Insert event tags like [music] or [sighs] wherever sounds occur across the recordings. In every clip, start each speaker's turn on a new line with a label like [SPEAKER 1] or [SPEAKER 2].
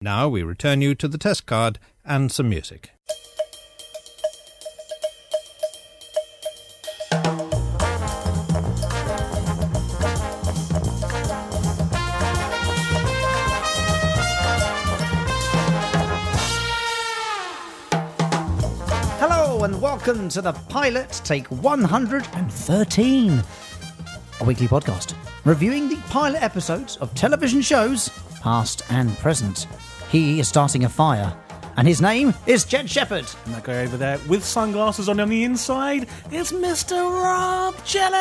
[SPEAKER 1] Now we return you to the test card and some music.
[SPEAKER 2] Hello and welcome to the pilot take 113, a weekly podcast reviewing the pilot episodes of television shows, past and present. He is starting a fire, and his name is Jed Shepherd.
[SPEAKER 3] And that guy over there with sunglasses on on the inside is Mr. Rob Jelly!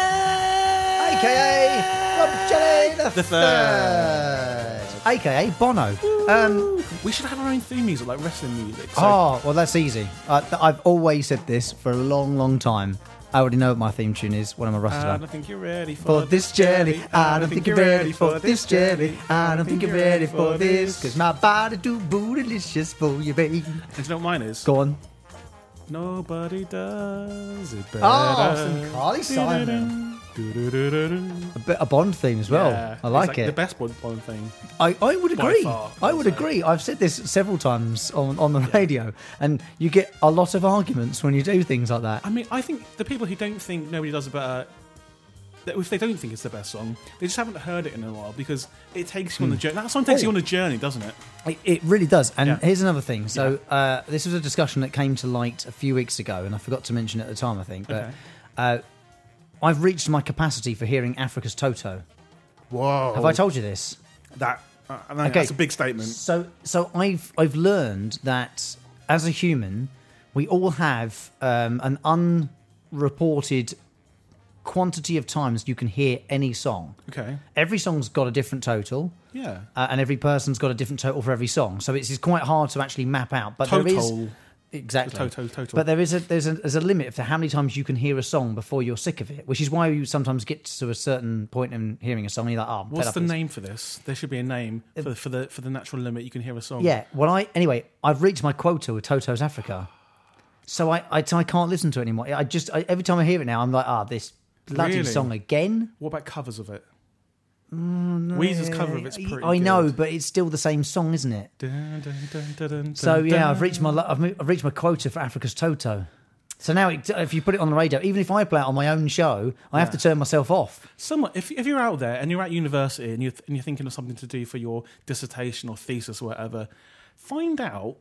[SPEAKER 3] AKA
[SPEAKER 2] Rob Jelly the,
[SPEAKER 3] The third.
[SPEAKER 2] AKA Bono. Um,
[SPEAKER 3] We should have our own theme music, like wrestling music. So
[SPEAKER 2] oh, well, that's easy. Uh, th- I've always said this for a long, long time. I already know what my theme tune is when I'm a rusted
[SPEAKER 3] I
[SPEAKER 2] on.
[SPEAKER 3] don't think you're ready for,
[SPEAKER 2] for this jelly. I don't think you're ready for this jelly. I don't think you're ready for this. Cause my body do bootylicious for you, baby.
[SPEAKER 3] And do you know what mine is?
[SPEAKER 2] Go on.
[SPEAKER 3] Nobody does it better.
[SPEAKER 2] Oh, some Carly Simon.
[SPEAKER 3] Du-du-du-du-du.
[SPEAKER 2] A bit a Bond theme as well.
[SPEAKER 3] Yeah,
[SPEAKER 2] I
[SPEAKER 3] it's
[SPEAKER 2] like
[SPEAKER 3] The
[SPEAKER 2] it.
[SPEAKER 3] best one, one thing.
[SPEAKER 2] I, I would
[SPEAKER 3] by
[SPEAKER 2] agree.
[SPEAKER 3] far,
[SPEAKER 2] I would
[SPEAKER 3] so.
[SPEAKER 2] agree. I've said this several times on, on the radio, and you get a lot of arguments when you do things like that.
[SPEAKER 3] I mean, I think the people who don't think nobody does it better, that if they don't think it's the best song, they just haven't heard it in a while because it takes you on the journey. That song takes
[SPEAKER 2] Oh.
[SPEAKER 3] you on a journey, doesn't it?
[SPEAKER 2] It, it really does. And
[SPEAKER 3] Yeah.
[SPEAKER 2] here's another thing. So uh, this was a discussion that came to light a few weeks ago, and I forgot to mention it at the time. I think, but
[SPEAKER 3] Okay.
[SPEAKER 2] uh, I've reached my capacity for hearing Africa's Toto.
[SPEAKER 3] Whoa!
[SPEAKER 2] Have I told you this?
[SPEAKER 3] that? Uh, I think
[SPEAKER 2] Okay.
[SPEAKER 3] That's a big statement.
[SPEAKER 2] So, so I've I've learned that as a human, we all have um, an unreported quantity of times you can hear any song.
[SPEAKER 3] Okay.
[SPEAKER 2] Every song's got a different total.
[SPEAKER 3] Yeah.
[SPEAKER 2] Uh, and every person's got a different total for every song, so it's, it's quite hard to actually map out. But there is
[SPEAKER 3] Total.
[SPEAKER 2] exactly
[SPEAKER 3] The total- total.
[SPEAKER 2] But there is a there's a there's a limit to how many times you can hear a song before you're sick of it, which is why you sometimes get to a certain point in hearing a song and you're like, oh, I'm fed
[SPEAKER 3] What's
[SPEAKER 2] up
[SPEAKER 3] the
[SPEAKER 2] with this.
[SPEAKER 3] name for this? There should be a name for, for the for the natural limit you can hear a song.
[SPEAKER 2] Uh, Yeah. Well, I anyway, I've reached my quota with Toto's Africa, so I I, I can't listen to it anymore. I just I, every time I hear it now, I'm like, ah, this bloody
[SPEAKER 3] Really?
[SPEAKER 2] song again.
[SPEAKER 3] What about covers of it? Weezer's cover of it's
[SPEAKER 2] Mm, I-
[SPEAKER 3] pretty.
[SPEAKER 2] I know,
[SPEAKER 3] good.
[SPEAKER 2] but it's still the same song, isn't it?
[SPEAKER 3] Dun, dun, dun, dun, dun,
[SPEAKER 2] So
[SPEAKER 3] dun,
[SPEAKER 2] yeah,
[SPEAKER 3] dun.
[SPEAKER 2] I've reached my lo- I've, mo- I've reached my quota for Africa's Toto. So now, it, if you put it on the radio, even if I play it on my own show, I have to turn myself off.
[SPEAKER 3] Someone, if, if you're out there and you're at university and you're, and you're thinking of something to do for your dissertation or thesis or whatever, find out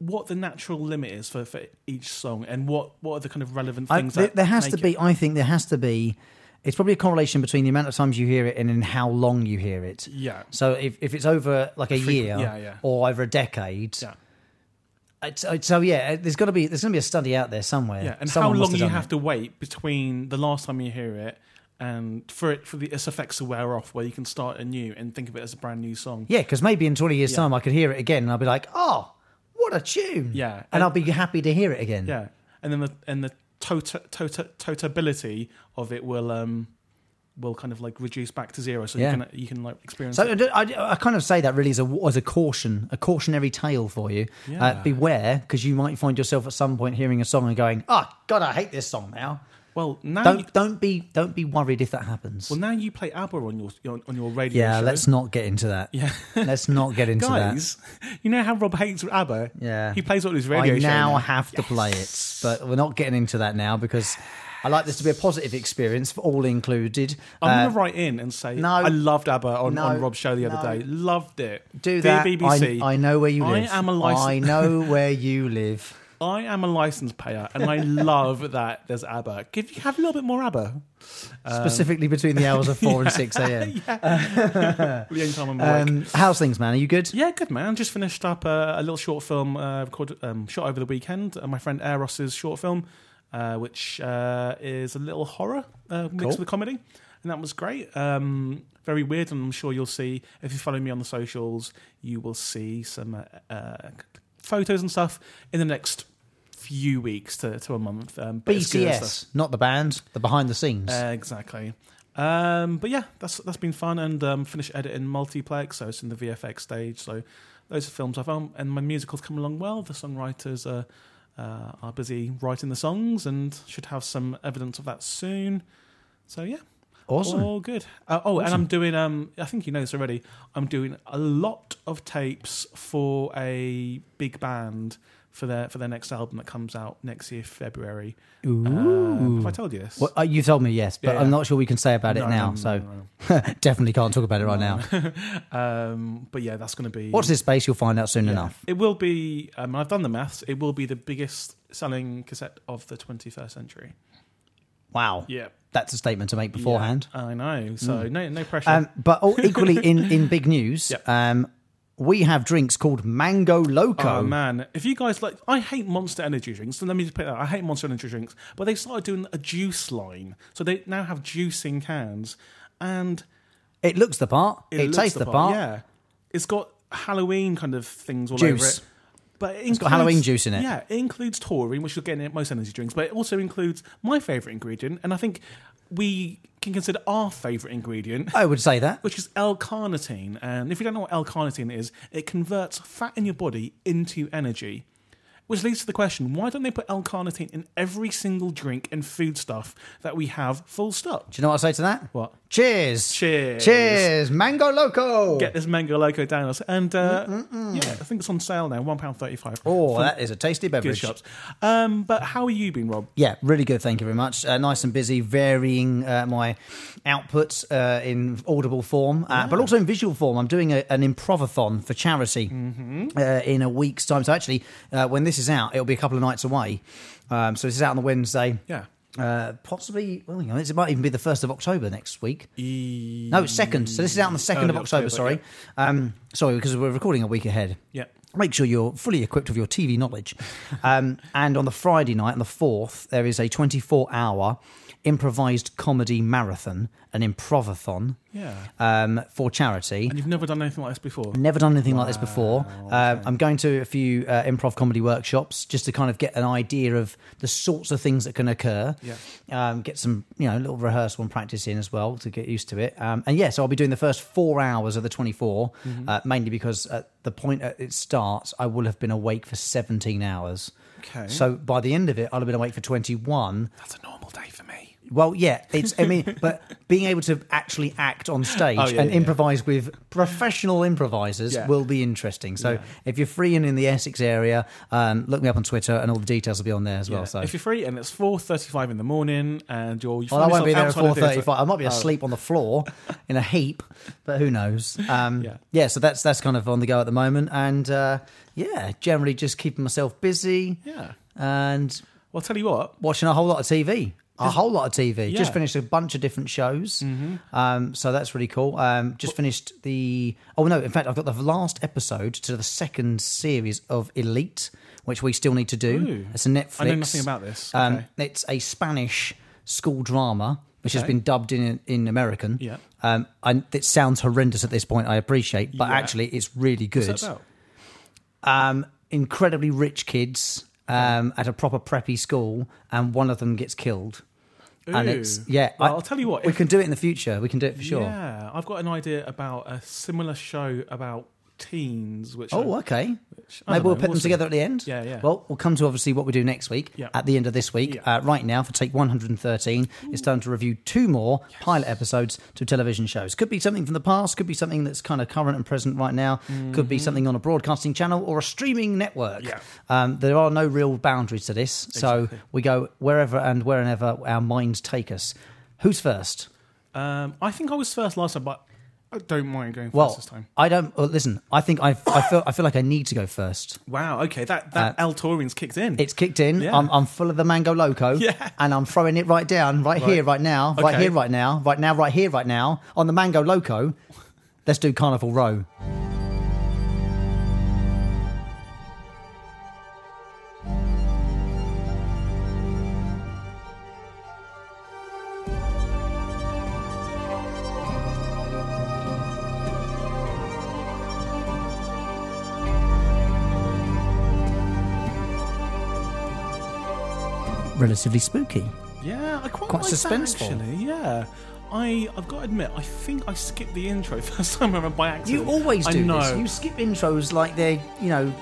[SPEAKER 3] what the natural limit is for, for each song and what, what are the kind of relevant
[SPEAKER 2] I-
[SPEAKER 3] things
[SPEAKER 2] there,
[SPEAKER 3] that
[SPEAKER 2] there has
[SPEAKER 3] make
[SPEAKER 2] to
[SPEAKER 3] it.
[SPEAKER 2] be. I think there has to be. It's probably a correlation between the amount of times you hear it and in how long you hear it.
[SPEAKER 3] Yeah.
[SPEAKER 2] So if, if it's over like a
[SPEAKER 3] Frequent-
[SPEAKER 2] year
[SPEAKER 3] yeah, yeah.
[SPEAKER 2] or over a decade,
[SPEAKER 3] Yeah.
[SPEAKER 2] it's, it's- so yeah, there's got to be there's going to be a study out there somewhere.
[SPEAKER 3] Yeah, and
[SPEAKER 2] Someone
[SPEAKER 3] how
[SPEAKER 2] must
[SPEAKER 3] long you
[SPEAKER 2] done
[SPEAKER 3] have
[SPEAKER 2] it.
[SPEAKER 3] to wait between the last time you hear it and for it for the its effects to wear off, where you can start anew and think of it as a brand new song.
[SPEAKER 2] Yeah, because maybe in 20 years time I could hear it again and I'll be like, oh, what a tune.
[SPEAKER 3] Yeah,
[SPEAKER 2] and,
[SPEAKER 3] and-
[SPEAKER 2] I'll be happy to hear it again.
[SPEAKER 3] Yeah, and then the and the tota, tota, totability of it will um will kind of like reduce back to zero, so
[SPEAKER 2] Yeah.
[SPEAKER 3] you can you can like experience.
[SPEAKER 2] So
[SPEAKER 3] it.
[SPEAKER 2] I, do- I do- I kind of say that really as a, as a caution, a cautionary tale for you. Uh,
[SPEAKER 3] Yeah.
[SPEAKER 2] beware, because you might find yourself at some point hearing a song and going, "Oh God, I hate this song now."
[SPEAKER 3] Well, now
[SPEAKER 2] Don't
[SPEAKER 3] you,
[SPEAKER 2] don't be don't be worried if that happens.
[SPEAKER 3] well now you play ABBA on your your- on your radio.
[SPEAKER 2] yeah,
[SPEAKER 3] show.
[SPEAKER 2] let's not get into that.
[SPEAKER 3] Yeah.
[SPEAKER 2] let's not get into
[SPEAKER 3] guys. [laughs] You know how Rob hates ABBA?
[SPEAKER 2] Yeah.
[SPEAKER 3] he plays it on his
[SPEAKER 2] that.
[SPEAKER 3] radio
[SPEAKER 2] I
[SPEAKER 3] show
[SPEAKER 2] now have to play it, but we're not getting into that now because I like this to be a positive experience for all included.
[SPEAKER 3] I'm
[SPEAKER 2] Uh,
[SPEAKER 3] gonna write in and say
[SPEAKER 2] no.
[SPEAKER 3] I loved ABBA on,
[SPEAKER 2] No.
[SPEAKER 3] on Rob's show the
[SPEAKER 2] No.
[SPEAKER 3] other day. Loved it.
[SPEAKER 2] do
[SPEAKER 3] Dear
[SPEAKER 2] that.
[SPEAKER 3] BBC.
[SPEAKER 2] I, I know where you
[SPEAKER 3] I
[SPEAKER 2] live.
[SPEAKER 3] am a
[SPEAKER 2] I
[SPEAKER 3] licensed.
[SPEAKER 2] know
[SPEAKER 3] [laughs]
[SPEAKER 2] where you live.
[SPEAKER 3] I am a license payer, and I love that there's ABBA. Give you have a little bit more ABBA. Um,
[SPEAKER 2] Specifically between the hours of four
[SPEAKER 3] [laughs]
[SPEAKER 2] and six a.m.
[SPEAKER 3] The only time I'm awake.
[SPEAKER 2] Um, how's things, man? Are you good?
[SPEAKER 3] yeah, good man. Just finished up uh, a little short film uh, recorded, um, shot over the weekend. Uh, my friend Eros's short film, uh, which uh, is a little horror uh, mixed
[SPEAKER 2] Cool.
[SPEAKER 3] with comedy, and that was great. Um, very weird, and I'm sure you'll see if you follow me on the socials, you will see some uh, uh, photos and stuff in the next few weeks to, to a month. Um, but it's Uh, good stuff.
[SPEAKER 2] BTS, not the band, the behind the scenes.
[SPEAKER 3] Exactly. Um, but yeah, that's that's been fun and um, finished editing multiplex, so it's in the VFX stage. So those are films I've owned, and my musicals come along well. The songwriters are uh, are busy writing the songs and should have some evidence of that soon. So yeah,
[SPEAKER 2] Awesome.
[SPEAKER 3] All good. Uh, oh, and I'm doing. Um, I think you know this already. I'm doing a lot of tapes for a big band for their for their next album that comes out next year, February. Ooh. have I told you this?
[SPEAKER 2] Well, uh, you told me yes, but
[SPEAKER 3] Yeah,
[SPEAKER 2] I'm
[SPEAKER 3] yeah.
[SPEAKER 2] not sure we can say about it
[SPEAKER 3] No,
[SPEAKER 2] now.
[SPEAKER 3] no, no,
[SPEAKER 2] so
[SPEAKER 3] no,
[SPEAKER 2] [laughs] definitely can't talk about it right now.
[SPEAKER 3] Um, but yeah, that's going to be.
[SPEAKER 2] Watch this space? You'll find out soon
[SPEAKER 3] Yeah.
[SPEAKER 2] enough.
[SPEAKER 3] It will be. Um, I've done the maths. It will be the biggest selling cassette of the 21st century.
[SPEAKER 2] Wow,
[SPEAKER 3] Yeah.
[SPEAKER 2] that's a statement to make beforehand.
[SPEAKER 3] Yeah, I know. So no, no pressure.
[SPEAKER 2] Um, but
[SPEAKER 3] [laughs]
[SPEAKER 2] oh, equally in in big news,
[SPEAKER 3] Yep.
[SPEAKER 2] um, we have drinks called Mango Loco.
[SPEAKER 3] Oh man, if you guys like, I hate Monster Energy drinks. So let me just put that. I hate Monster Energy drinks, but they started doing a juice line, so they now have juice in cans, and
[SPEAKER 2] it looks the part. It,
[SPEAKER 3] it, looks
[SPEAKER 2] tastes the part.
[SPEAKER 3] Yeah, it's got Halloween kind of things all over
[SPEAKER 2] Juice.
[SPEAKER 3] it. But it includes,
[SPEAKER 2] got Halloween juice in it.
[SPEAKER 3] Yeah, it includes taurine, which you'll get in most energy drinks, but it also includes my favourite ingredient, and I think we can consider our favourite ingredient [laughs]
[SPEAKER 2] I would say that.
[SPEAKER 3] which is L-carnitine. And if you don't know what L-carnitine is, it converts fat in your body into energy. Which leads to the question, why don't they put L-carnitine in every single drink and foodstuff that we have full stop?
[SPEAKER 2] Do you know what I say to that?
[SPEAKER 3] What?
[SPEAKER 2] Cheers!
[SPEAKER 3] Cheers.
[SPEAKER 2] Cheers! Mango Loco.
[SPEAKER 3] Get this mango loco down us. And uh, yeah, I think it's on sale now, £1.35.
[SPEAKER 2] oh,
[SPEAKER 3] from
[SPEAKER 2] that is a tasty
[SPEAKER 3] good
[SPEAKER 2] beverage.
[SPEAKER 3] shops. Um, but how have you been, Rob?
[SPEAKER 2] Yeah, really good. Thank you very much. Uh, nice and busy, varying uh, my outputs uh, in audible form, uh, but also in visual form. I'm doing a, an improvathon for charity
[SPEAKER 3] Mm-hmm.
[SPEAKER 2] uh, in a week's time. So actually, uh, when this is out, it'll be a couple of nights away. Um, so this is out on the Wednesday.
[SPEAKER 3] Yeah.
[SPEAKER 2] Uh, possibly, well, you know, it might even be the first of October next week.
[SPEAKER 3] E-
[SPEAKER 2] No, it's second. So this is out on the second of
[SPEAKER 3] Early
[SPEAKER 2] October.
[SPEAKER 3] October,
[SPEAKER 2] sorry, um, sorry, because we're recording a week ahead.
[SPEAKER 3] Yeah.
[SPEAKER 2] Make sure you're fully equipped with your TV knowledge. Um, and on the Friday night, on the fourth, there is a 24-hour improvised comedy marathon, an improvathon
[SPEAKER 3] Yeah.
[SPEAKER 2] um, for charity.
[SPEAKER 3] And you've never done anything like this before?
[SPEAKER 2] Never done anything like this before. Um, I'm going to a few uh, improv comedy workshops just to kind of get an idea of the sorts of things that can occur.
[SPEAKER 3] Yeah.
[SPEAKER 2] Um, get some, you know, little rehearsal and practice in as well to get used to it. Um, and yeah, so I'll be doing the first four hours of the 24,
[SPEAKER 3] Mm-hmm.
[SPEAKER 2] uh, mainly because at the point at it starts, I will have been awake for 17 hours.
[SPEAKER 3] Okay.
[SPEAKER 2] So by the end of it, I'll have been awake for 21.
[SPEAKER 3] That's a normal day for me.
[SPEAKER 2] Well, yeah, it's. I mean, [laughs] but being able to actually act
[SPEAKER 3] [laughs]
[SPEAKER 2] on stage
[SPEAKER 3] Oh, yeah,
[SPEAKER 2] and
[SPEAKER 3] yeah, yeah.
[SPEAKER 2] improvise with professional improvisers
[SPEAKER 3] Yeah.
[SPEAKER 2] will be interesting. So, if you're free and in the Essex area, um, look me up on Twitter, and all the details will be on there as well.
[SPEAKER 3] Yeah.
[SPEAKER 2] So,
[SPEAKER 3] If you're free and it's four thirty-five in the morning, and you're you
[SPEAKER 2] well, I
[SPEAKER 3] find
[SPEAKER 2] won't be there at
[SPEAKER 3] yourself
[SPEAKER 2] four
[SPEAKER 3] outside a theatre- Oh.
[SPEAKER 2] thirty-five. I might be asleep on the floor in a heap, but who knows? Um, yeah.
[SPEAKER 3] Yeah.
[SPEAKER 2] So that's that's kind of on the go at the moment, and uh, yeah, generally just keeping myself busy
[SPEAKER 3] Yeah.
[SPEAKER 2] and
[SPEAKER 3] Well, I'll tell you what.
[SPEAKER 2] watching a whole lot of TV. A whole lot of TV.
[SPEAKER 3] Yeah. Mm-hmm.
[SPEAKER 2] Just finished a bunch of different shows. Um, so that's really cool. Um, just finished the. Oh, no. In fact, I've got the last episode to the second series of Elite, which we still need to do.
[SPEAKER 3] Ooh.
[SPEAKER 2] It's a Netflix.
[SPEAKER 3] I know nothing about this.
[SPEAKER 2] Um,
[SPEAKER 3] Okay.
[SPEAKER 2] it's a Spanish school drama, which has
[SPEAKER 3] Okay.
[SPEAKER 2] been dubbed in in American.
[SPEAKER 3] Yeah.
[SPEAKER 2] Um, and it sounds horrendous at this point, I appreciate, but
[SPEAKER 3] Yeah.
[SPEAKER 2] actually, it's really good
[SPEAKER 3] What's that about?
[SPEAKER 2] um, incredibly rich kids um, at a proper preppy school, and one of them gets killed. And
[SPEAKER 3] Ooh.
[SPEAKER 2] it's yeah.
[SPEAKER 3] Well, I, will tell you what.
[SPEAKER 2] we
[SPEAKER 3] if-
[SPEAKER 2] can do it in the future. We can do it for sure.
[SPEAKER 3] Yeah, I've got an idea about a similar show about teens, which
[SPEAKER 2] Oh,
[SPEAKER 3] I,
[SPEAKER 2] okay.
[SPEAKER 3] I
[SPEAKER 2] Maybe
[SPEAKER 3] don't
[SPEAKER 2] we'll
[SPEAKER 3] know,
[SPEAKER 2] put
[SPEAKER 3] we'll
[SPEAKER 2] them
[SPEAKER 3] see.
[SPEAKER 2] together at the end.
[SPEAKER 3] Yeah, yeah.
[SPEAKER 2] Well, we'll come to obviously what we do next week.
[SPEAKER 3] Yeah.
[SPEAKER 2] At the end of this week,
[SPEAKER 3] Yeah.
[SPEAKER 2] uh, right now for take 113, it's time to review two more pilot episodes to television shows. Could be something from the past. Could be something that's kind of current and present right now. Could be something on a broadcasting channel or a streaming network.
[SPEAKER 3] Mm-hmm. Yeah.
[SPEAKER 2] Um, there are no real boundaries to this, so we go wherever and wherever our minds take us. Who's first?
[SPEAKER 3] um, I think I was first last time, but I don't mind going first
[SPEAKER 2] Well,
[SPEAKER 3] this time.
[SPEAKER 2] I don't. Well, listen, I think I, I feel. I feel like I need to go first.
[SPEAKER 3] Wow. Okay, that that
[SPEAKER 2] Uh,
[SPEAKER 3] L Taurine's kicked in.
[SPEAKER 2] It's kicked in.
[SPEAKER 3] Yeah.
[SPEAKER 2] I'm, I'm full of the mango loco,
[SPEAKER 3] [laughs] Yeah.
[SPEAKER 2] and I'm throwing it right down, right, here, right now, right
[SPEAKER 3] Okay.
[SPEAKER 2] here, right now, right now, right here, right now on the mango loco. Let's do Carnival Row. Relatively spooky.
[SPEAKER 3] yeah, I quite,
[SPEAKER 2] quite
[SPEAKER 3] like that,
[SPEAKER 2] suspenseful.
[SPEAKER 3] actually, yeah. I, I've got to admit, I think I [laughs] skipped the intro first time around by accident.
[SPEAKER 2] You always
[SPEAKER 3] I
[SPEAKER 2] do
[SPEAKER 3] know.
[SPEAKER 2] this. You skip intros like they're, you know,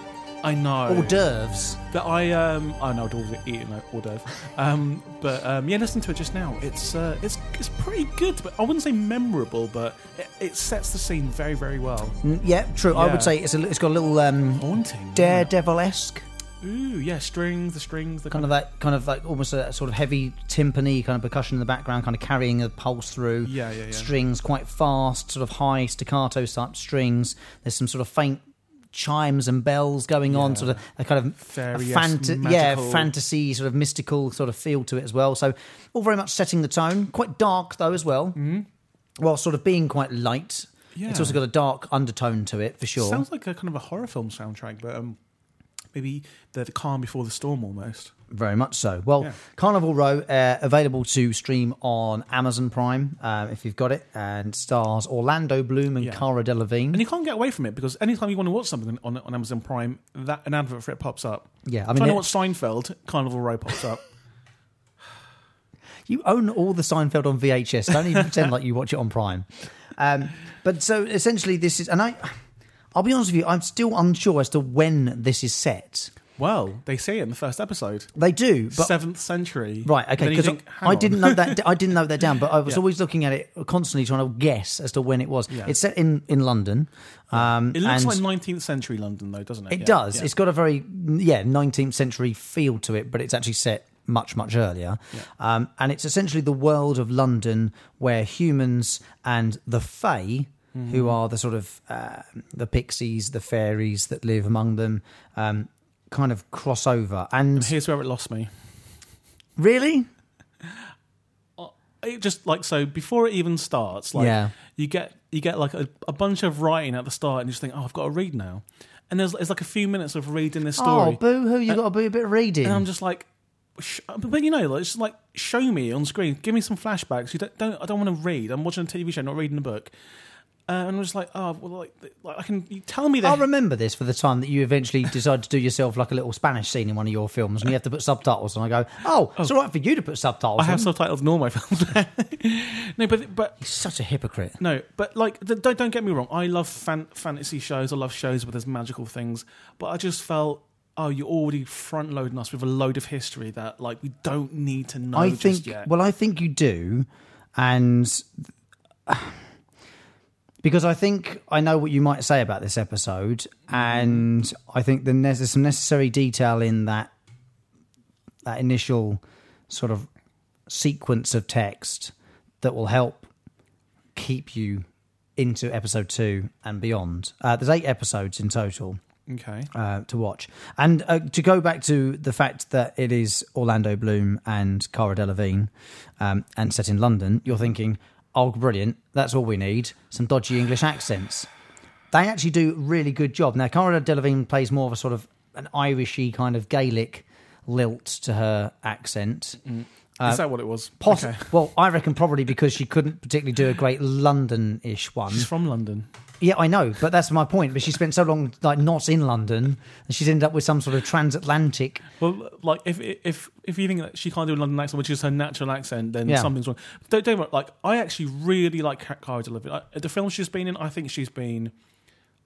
[SPEAKER 3] I know.
[SPEAKER 2] Hors d'oeuvres.
[SPEAKER 3] But I um I know I'd always eat an hors d'oeuvre. Um, but um, yeah, listen to it just now. It's uh, it's it's pretty good. But I wouldn't say memorable, but it, it sets the scene very very well.
[SPEAKER 2] Mm, Yeah, true. I
[SPEAKER 3] Yeah. Hmm.
[SPEAKER 2] would say it's a, it's got a little um,
[SPEAKER 3] Haunting.
[SPEAKER 2] daredevil esque
[SPEAKER 3] Ooh yeah, strings, the strings, the
[SPEAKER 2] kind of that kind of like almost a sort of heavy timpani kind of percussion in the background, kind of carrying the pulse through.
[SPEAKER 3] Yeah, yeah, yeah.
[SPEAKER 2] Strings quite fast, sort of high staccato type strings. There's some sort of faint chimes and bells going on, sort of a kind of a
[SPEAKER 3] Fairy-esque,
[SPEAKER 2] fanta- yeah
[SPEAKER 3] magical-
[SPEAKER 2] fantasy sort of mystical sort of feel to it as well. So all very much setting the tone. Quite dark though as well, mm while sort of being quite light.
[SPEAKER 3] Mm-hmm. Yeah.
[SPEAKER 2] It's also got a dark undertone to it for sure.
[SPEAKER 3] Sounds like a kind of a horror film soundtrack, but um, maybe the, the calm before the storm almost.
[SPEAKER 2] Very much so. Well,
[SPEAKER 3] Yeah.
[SPEAKER 2] Carnival Row uh, available to stream on Amazon Prime um, if you've got it, and stars Orlando Bloom and
[SPEAKER 3] Yeah.
[SPEAKER 2] Cara Delevingne.
[SPEAKER 3] And you can't get away from it because anytime you want to watch something on, on Amazon Prime, that an advert for it pops up.
[SPEAKER 2] Yeah, I
[SPEAKER 3] I am
[SPEAKER 2] mean,
[SPEAKER 3] trying
[SPEAKER 2] it-
[SPEAKER 3] to watch Seinfeld, Carnival Row
[SPEAKER 2] [laughs]
[SPEAKER 3] pops up.
[SPEAKER 2] You own all the Seinfeld on VHS. Don't even pretend like you watch it on Prime. Um, but so essentially, this is, and I, I'll be honest with you, I'm still unsure as to when this is set.
[SPEAKER 3] well, they say it in the first episode.
[SPEAKER 2] They do, but
[SPEAKER 3] seventh century.
[SPEAKER 2] Right.
[SPEAKER 3] And
[SPEAKER 2] Okay.
[SPEAKER 3] then you
[SPEAKER 2] Because
[SPEAKER 3] think, hang
[SPEAKER 2] I
[SPEAKER 3] on.
[SPEAKER 2] didn't know
[SPEAKER 3] [laughs]
[SPEAKER 2] that. I didn't know that down. But I was
[SPEAKER 3] Yeah.
[SPEAKER 2] always looking at it constantly, trying to guess as to when it was.
[SPEAKER 3] Yeah.
[SPEAKER 2] It's set in in London. Um,
[SPEAKER 3] It looks
[SPEAKER 2] and
[SPEAKER 3] like 19th century London, though, doesn't it?
[SPEAKER 2] it
[SPEAKER 3] Yeah,
[SPEAKER 2] does.
[SPEAKER 3] yeah.
[SPEAKER 2] It's got a very yeah 19th century feel to it, but it's actually set much much earlier. Um, and it's essentially the world of London where humans and the Fae.
[SPEAKER 3] Mm-hmm.
[SPEAKER 2] Who are the sort of uh, the pixies, the fairies that live among them, um, kind of cross over. And
[SPEAKER 3] Here's where it lost me.
[SPEAKER 2] really,
[SPEAKER 3] It just like so before it even starts, like
[SPEAKER 2] Yeah.
[SPEAKER 3] you get you get like a, a bunch of writing at the start, and you just think, oh, I've got to read now. And there's it's like a few minutes of reading this
[SPEAKER 2] oh
[SPEAKER 3] story,
[SPEAKER 2] boo hoo, you got to be a bit of reading.
[SPEAKER 3] and I'm just like, sh- but you know, like, it's just like show me on screen, give me some flashbacks. You don't, don't I don't want to read. I'm watching a TV show, not reading a book. Uh, and I'm just like, oh, well, like, like I can you tell me
[SPEAKER 2] I'll
[SPEAKER 3] that.
[SPEAKER 2] remember this for the time that you eventually decide to do yourself like a little Spanish scene in one of your films, and you have to put subtitles. And I go, "Oh, it's all right for you to put subtitles."
[SPEAKER 3] I have
[SPEAKER 2] on.
[SPEAKER 3] subtitles in all my [laughs] films. no, but but
[SPEAKER 2] such a hypocrite.
[SPEAKER 3] No, but like, th- don't don't get me wrong. I love fan- fantasy shows. I love shows where there's magical things. But I just felt, oh, you're already front loading us with a load of history that like we don't need to know.
[SPEAKER 2] I
[SPEAKER 3] just
[SPEAKER 2] think.
[SPEAKER 3] yet.
[SPEAKER 2] Well, I think you do, and because I think I know what you might say about this episode, and I think the, ne- there's some necessary detail in that that initial sort of sequence of text that will help keep you into episode two and beyond. Uh, there's eight episodes in total
[SPEAKER 3] okay,
[SPEAKER 2] uh, to watch. And uh, to go back to the fact that it is Orlando Bloom and Cara Delevingne um, and set in London, you're thinking, oh, brilliant, that's all we need some dodgy English accents. They actually do a really good job. Now, Cara Delevingne plays more of a sort of an Irishy kind of Gaelic lilt to her accent.
[SPEAKER 3] is that what it was?
[SPEAKER 2] Uh, Poss-
[SPEAKER 3] okay.
[SPEAKER 2] Well, I reckon probably because she couldn't particularly do a great London-ish one.
[SPEAKER 3] She's from London.
[SPEAKER 2] Yeah, I know, but that's my point. But she spent so long like not in London, and she's ended up with some sort of transatlantic.
[SPEAKER 3] Well, like if if if you think that she can't do a London accent, which is her natural accent, then
[SPEAKER 2] Yeah.
[SPEAKER 3] something's wrong. Don't, don't worry. Like I actually really like Ca- Cara Delevingne. I, the films she's been in, I think she's been.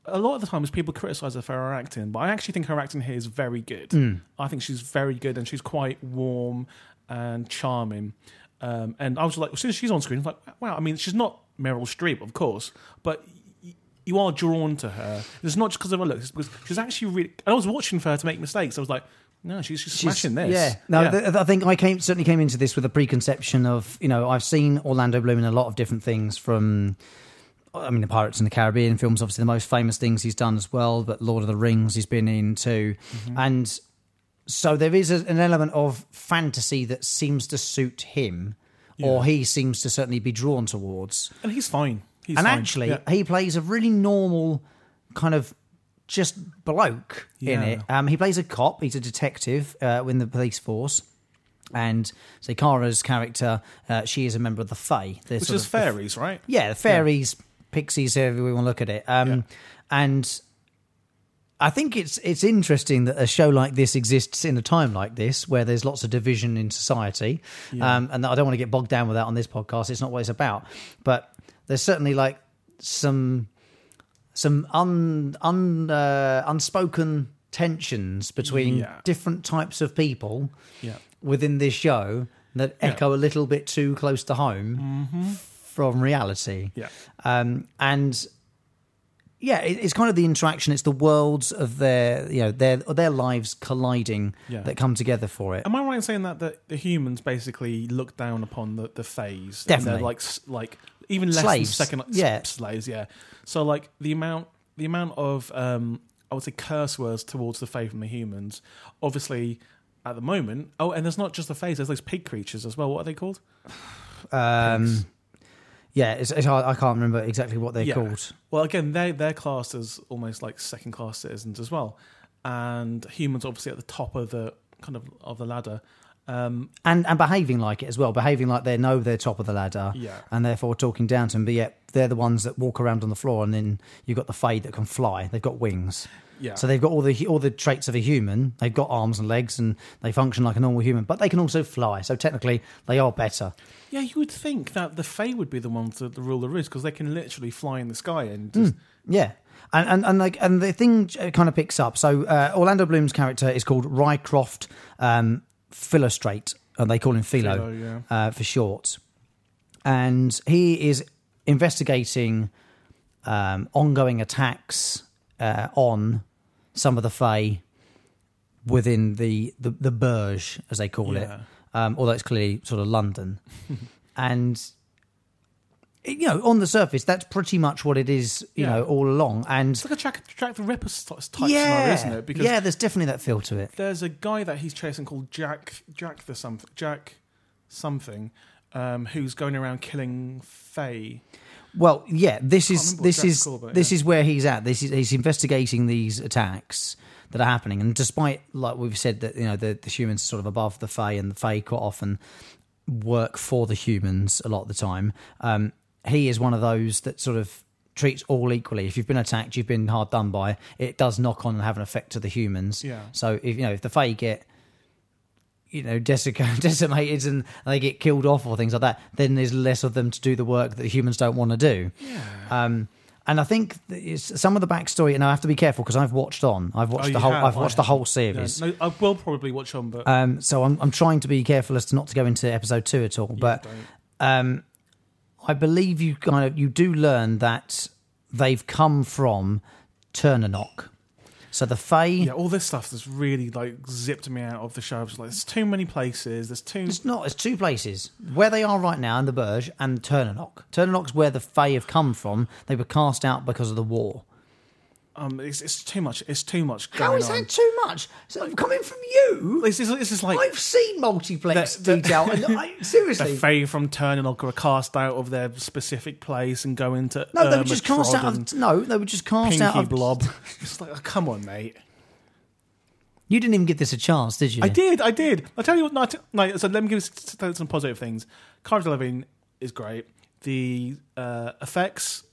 [SPEAKER 3] A lot of the times, people criticise her for her acting, but I actually think her acting here is very good.
[SPEAKER 2] Hmm.
[SPEAKER 3] I think she's very good, and she's quite warm and charming. Um, and I was like, as soon as she's on screen, I was like, wow. I mean, she's not Meryl Streep, of course, but y- you are drawn to her. It's not just because of her looks; it's because she's actually really. And I was watching for her to make mistakes. I was like, no, she's, she's
[SPEAKER 2] She's-
[SPEAKER 3] smashing this.
[SPEAKER 2] Yeah. No, Th- I think I came certainly came into this with a preconception of you know I've seen Orlando Bloom in a lot of different things from. I mean, the Pirates and the Caribbean films, obviously the most famous things he's done as well, but Lord of the Rings he's been in too. And so there is a, an element of fantasy that seems to suit him, or he seems to certainly be drawn towards.
[SPEAKER 3] and he's fine. He's
[SPEAKER 2] and
[SPEAKER 3] fine.
[SPEAKER 2] actually,
[SPEAKER 3] Yeah.
[SPEAKER 2] he plays a really normal kind of just bloke in
[SPEAKER 3] Yeah.
[SPEAKER 2] it. Um, he plays a cop. He's a detective uh, in the police force. And so Kara's character, uh, she is a member of the Fae. They're
[SPEAKER 3] which
[SPEAKER 2] sort
[SPEAKER 3] is
[SPEAKER 2] of-
[SPEAKER 3] fairies, right?
[SPEAKER 2] yeah, the fairies, pixies, however we want to look at it. Um,
[SPEAKER 3] Yeah.
[SPEAKER 2] And I think it's it's interesting that a show like this exists in a time like this, where there's lots of division in society. Um, and I don't want to get bogged down with that on this podcast. It's not what it's about. But there's certainly like some some un, un uh, unspoken tensions between
[SPEAKER 3] Yeah.
[SPEAKER 2] different types of people
[SPEAKER 3] Yeah.
[SPEAKER 2] within this show that
[SPEAKER 3] Yeah. Mm-hmm.
[SPEAKER 2] echo a little bit too close to home from reality.
[SPEAKER 3] Yeah.
[SPEAKER 2] Um, and yeah, it, it's kind of the interaction. It's the worlds of their, you know, their their lives colliding
[SPEAKER 3] Yeah.
[SPEAKER 2] that come together for it.
[SPEAKER 3] Am I right in saying that, that the humans basically look down upon the, the phase? And
[SPEAKER 2] Definitely.
[SPEAKER 3] they're like, s- like even less
[SPEAKER 2] Slaves.
[SPEAKER 3] than second s-
[SPEAKER 2] Yeah.
[SPEAKER 3] slaves, yeah. So like the amount the amount of um I would say curse words towards the fae from the humans, obviously at the moment oh and there's not just the phase, there's those pig creatures as well. What are they called?
[SPEAKER 2] [sighs] Um, yeah, it's, it's hard. I can't remember exactly what they're
[SPEAKER 3] Yeah.
[SPEAKER 2] called.
[SPEAKER 3] Well again, they they're classed as almost like second class citizens as well. And humans obviously at the top of the kind of of the ladder. Um
[SPEAKER 2] and and behaving like it as well, behaving like they know they're top of the ladder,
[SPEAKER 3] Yeah.
[SPEAKER 2] and therefore talking down to them. But yet they're the ones that walk around on the floor, and then you've got the fade that can fly. They've got wings,
[SPEAKER 3] yeah.
[SPEAKER 2] so they've got all the all the traits of a human. They've got arms and legs, and they function like a normal human, but they can also fly. So technically, they are better.
[SPEAKER 3] Yeah, you would think that the Fae would be the ones that the ruler is because they can literally fly in the sky and just,
[SPEAKER 2] Hmm. Yeah. And, and, and like and the thing uh, kind of picks up. So uh, Orlando Bloom's character is called Rycroft um, Philostrate, and they call him Philo,
[SPEAKER 3] Philo, yeah.
[SPEAKER 2] uh, for short. And he is investigating um, ongoing attacks uh, on some of the Fae within the the, the Burj, as they call
[SPEAKER 3] Yeah.
[SPEAKER 2] it, um, although it's clearly sort of
[SPEAKER 3] [laughs]
[SPEAKER 2] London, and it- you know, on the surface, that's pretty much what it is, you
[SPEAKER 3] Yeah.
[SPEAKER 2] know, all along, and
[SPEAKER 3] it's like a Jack, Jack the Ripper st- type scenario, isn't it? Because
[SPEAKER 2] yeah, there's definitely that feel to it.
[SPEAKER 3] there's a guy that he's chasing called Jack Jack the something Jack something um, who's going around killing Fae.
[SPEAKER 2] Well, yeah, this is
[SPEAKER 3] remember what
[SPEAKER 2] this
[SPEAKER 3] Jack's
[SPEAKER 2] is
[SPEAKER 3] called, but
[SPEAKER 2] this is where he's at. This is he's investigating these attacks that are happening, and despite like we've said that you know the, the humans are sort of above the Fae, and the Fae quite often work for the humans a lot of the time. Um, he is one of those that sort of treats all equally. If you've been attacked, you've been hard done by. It does knock on and have an effect to the humans.
[SPEAKER 3] Yeah.
[SPEAKER 2] So if you know if the Fae get you know, [laughs] desicc- decimated and they get killed off or things like that, then there's less of them to do the work that the humans don't want to do. Um, and I think that it's some of the backstory, and I have to be careful because I've watched on. I've watched
[SPEAKER 3] Oh,
[SPEAKER 2] the
[SPEAKER 3] you
[SPEAKER 2] whole.
[SPEAKER 3] have?
[SPEAKER 2] I've
[SPEAKER 3] I
[SPEAKER 2] watched the whole
[SPEAKER 3] Yeah,
[SPEAKER 2] series.
[SPEAKER 3] no, I will probably watch on, but
[SPEAKER 2] Um, so I'm, I'm trying to be careful as to not to go into episode two at all. but
[SPEAKER 3] don't.
[SPEAKER 2] um, I believe you kind of you do learn that they've come from Turnanock. So the Fae.
[SPEAKER 3] yeah, all this stuff that's really like zipped me out of the show. I was like, there's too many places. There's too
[SPEAKER 2] It's not. It's two places where they are right now in the Burj and Turnanock. Turnanock's where the Fae have come from. They were cast out because of the war.
[SPEAKER 3] um, it's, it's too much. It's too much. Going
[SPEAKER 2] How is
[SPEAKER 3] on.
[SPEAKER 2] that too much? So coming from you,
[SPEAKER 3] This is this is like
[SPEAKER 2] I've seen multiplex
[SPEAKER 3] The- the-
[SPEAKER 2] detail. And I,
[SPEAKER 3] the
[SPEAKER 2] seriously,
[SPEAKER 3] Fae from Turnock are cast out of their specific place and go into
[SPEAKER 2] no, they were
[SPEAKER 3] Irma
[SPEAKER 2] just cast
[SPEAKER 3] Trod
[SPEAKER 2] out
[SPEAKER 3] and
[SPEAKER 2] of. No, they were just cast
[SPEAKER 3] uh, Pinky
[SPEAKER 2] out of.
[SPEAKER 3] Blob.
[SPEAKER 2] [laughs]
[SPEAKER 3] it's like, oh, come on, mate.
[SPEAKER 2] You didn't even give this a chance, did you?
[SPEAKER 3] I did, I did. I tell you what, no, I t- no, so let me give us t- t- some positive things. Cara Delevingne is great. The uh, effects,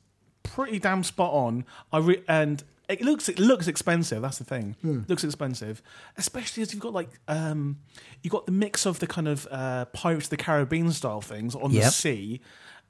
[SPEAKER 3] pretty damn spot on. I re- and it looks it looks expensive. That's the thing. Looks expensive, especially as you've got like um, you've got the mix of the kind of uh, Pirates of the Caribbean style things on the
[SPEAKER 2] Yep.
[SPEAKER 3] sea.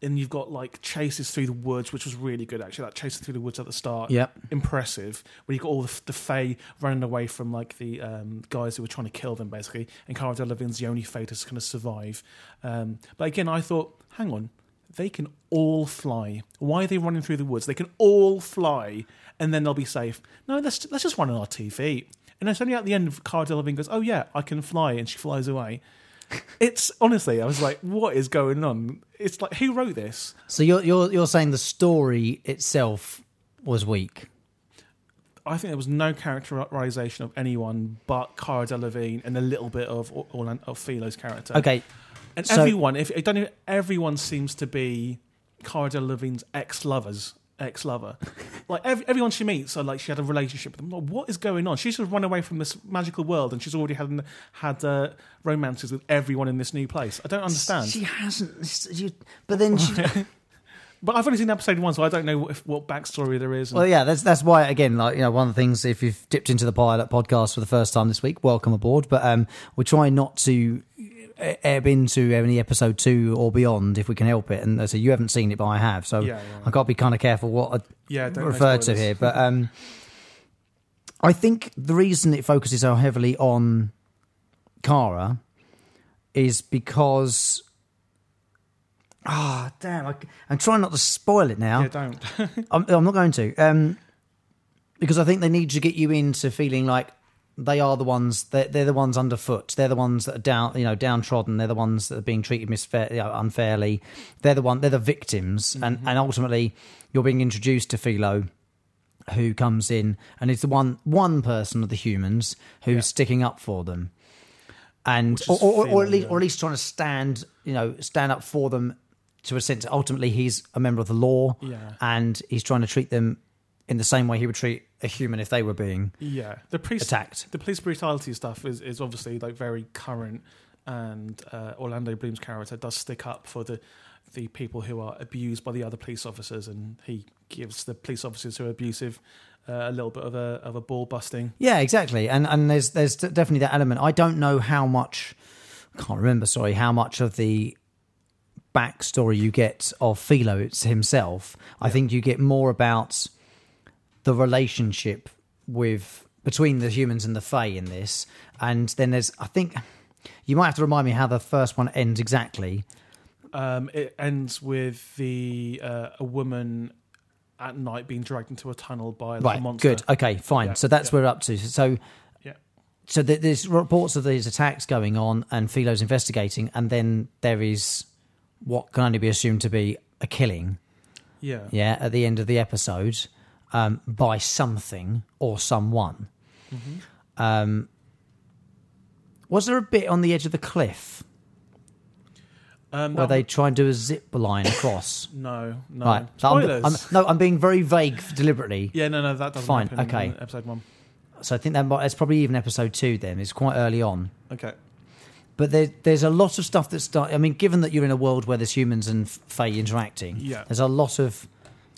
[SPEAKER 3] And you've got like chases through the woods, which was really good actually. That chasing through the woods at the start,
[SPEAKER 2] Yep.
[SPEAKER 3] impressive. Where you got all the, the Fae running away from like the um, guys who were trying to kill them, basically. And Cara Delevingne's the only Fae to kind of survive. Um, but again, I thought, hang on, they can all fly. Why are they running through the woods? They can all fly, and then they'll be safe. No, let's let's just run on our TV. And it's only at the end, Cara Delevingne goes, "Oh yeah, I can fly," and she flies away. It's honestly, I was like, "What is going on?" It's like, who wrote this?
[SPEAKER 2] So you're you're you're saying the story itself was weak.
[SPEAKER 3] I think there was no characterization of anyone but Cara Delevingne and a little bit of Or- Orlan of Philo's character.
[SPEAKER 2] Okay,
[SPEAKER 3] and
[SPEAKER 2] so-
[SPEAKER 3] everyone, if I don't know, everyone seems to be Cara Delevingne's ex-lovers,
[SPEAKER 2] [laughs]
[SPEAKER 3] ex-lover. like ev everyone she meets, so like she had a relationship with them. Like, what is going on? She's just run away from this magical world, and she's already had had uh, romances with everyone in this new place. I don't understand.
[SPEAKER 2] she hasn't. she- but then she,
[SPEAKER 3] but I've only seen episode one, so I don't know what, if, what backstory there is. and-
[SPEAKER 2] Well, yeah, that's that's why again, like you know, one of the things if you've dipped into the pilot podcast for the first time this week, welcome aboard. But um, we try not to e-, ebb into any episode two or beyond if we can help it. And so you haven't seen it, but I have, so
[SPEAKER 3] Yeah, yeah.
[SPEAKER 2] I've got to be kind of careful what I
[SPEAKER 3] Yeah, don't make
[SPEAKER 2] refer to
[SPEAKER 3] spoilers.
[SPEAKER 2] here. But um, I think the reason it focuses so heavily on Kara is because. Ah, damn. I, am trying not to spoil it now.
[SPEAKER 3] Yeah, don't.
[SPEAKER 2] I'm, I'm not going to. Um, because I think they need to get you into feeling like they are the ones they're, they're the ones underfoot. They're the ones that are down, you know, downtrodden. They're the ones that are being treated misfair, you know, unfairly. They're the one. They're the victims, and
[SPEAKER 3] Mm-hmm.
[SPEAKER 2] and ultimately you're being introduced to Philo, who comes in and is the one one person of the humans who's sticking up for them, and
[SPEAKER 3] Which
[SPEAKER 2] or,
[SPEAKER 3] is
[SPEAKER 2] or, or at
[SPEAKER 3] Philo,
[SPEAKER 2] least
[SPEAKER 3] yeah.
[SPEAKER 2] or at least trying to stand you know stand up for them to a sense. Ultimately, he's a member of the law, [laughs]
[SPEAKER 3] Yeah.
[SPEAKER 2] and he's trying to treat them in the same way he would treat a human if they were being
[SPEAKER 3] Yeah, the police
[SPEAKER 2] attacked.
[SPEAKER 3] the police brutality stuff is, is obviously like very current, and uh, Orlando Bloom's character does stick up for the the people who are abused by the other police officers, and he gives the police officers who are abusive uh, a little bit of a of a ball busting.
[SPEAKER 2] Yeah, exactly. And and there's there's definitely that element. I don't know how much I can't remember, sorry, how much of the backstory you get of Philo it's himself. I think you get more about the relationship with between the humans and the Fae in this. And then there's I think you might have to remind me how the first one ends exactly.
[SPEAKER 3] Um, it ends with the uh, a woman at night being dragged into a tunnel by like, a
[SPEAKER 2] Right.
[SPEAKER 3] monster.
[SPEAKER 2] Good. Okay. Fine.
[SPEAKER 3] Yeah,
[SPEAKER 2] So that's where we're up to. So
[SPEAKER 3] Yeah.
[SPEAKER 2] so th- there's reports of these attacks going on, and Philo's investigating, and then there is what can only be assumed to be a killing.
[SPEAKER 3] Yeah.
[SPEAKER 2] Yeah. At the end of the episode, um, by something or someone.
[SPEAKER 3] Mm-hmm.
[SPEAKER 2] Um, was there a bit on the edge of the cliff
[SPEAKER 3] Um,
[SPEAKER 2] where
[SPEAKER 3] that-
[SPEAKER 2] they try and do a zip line across?
[SPEAKER 3] No. [coughs] No.
[SPEAKER 2] Right. So I'm-
[SPEAKER 3] Spoilers.
[SPEAKER 2] I'm- no, I'm being very vague deliberately.
[SPEAKER 3] yeah. No. No. That doesn't
[SPEAKER 2] Fine,
[SPEAKER 3] happen
[SPEAKER 2] okay.
[SPEAKER 3] In episode one.
[SPEAKER 2] So I think that might, that's probably even episode two. Then it's quite early on.
[SPEAKER 3] Okay.
[SPEAKER 2] But there, there's a lot of stuff that's done. I mean, given that you're in a world where there's humans and f- Fae interacting,
[SPEAKER 3] Yeah.
[SPEAKER 2] there's a lot of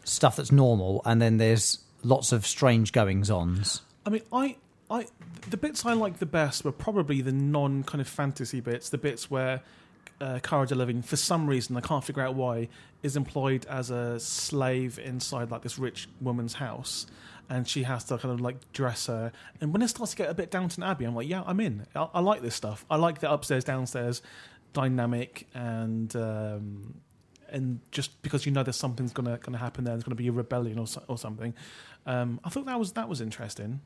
[SPEAKER 2] stuff that's normal, and then there's lots of strange goings ons.
[SPEAKER 3] I mean, I, I, the bits I liked the best were probably the non kind of fantasy bits, the bits where uh, Cara Delevingne, for some reason I can't figure out why, is employed as a slave inside like this rich woman's house, and she has to kind of like dress her. And when it starts to get a bit Downton Abbey, I'm like, yeah, I'm in. I, I like this stuff. I like the upstairs downstairs dynamic and. Um, and just because you know there's something's gonna gonna happen there, there's gonna be a rebellion or so, or something. Um, I thought that was that was interesting,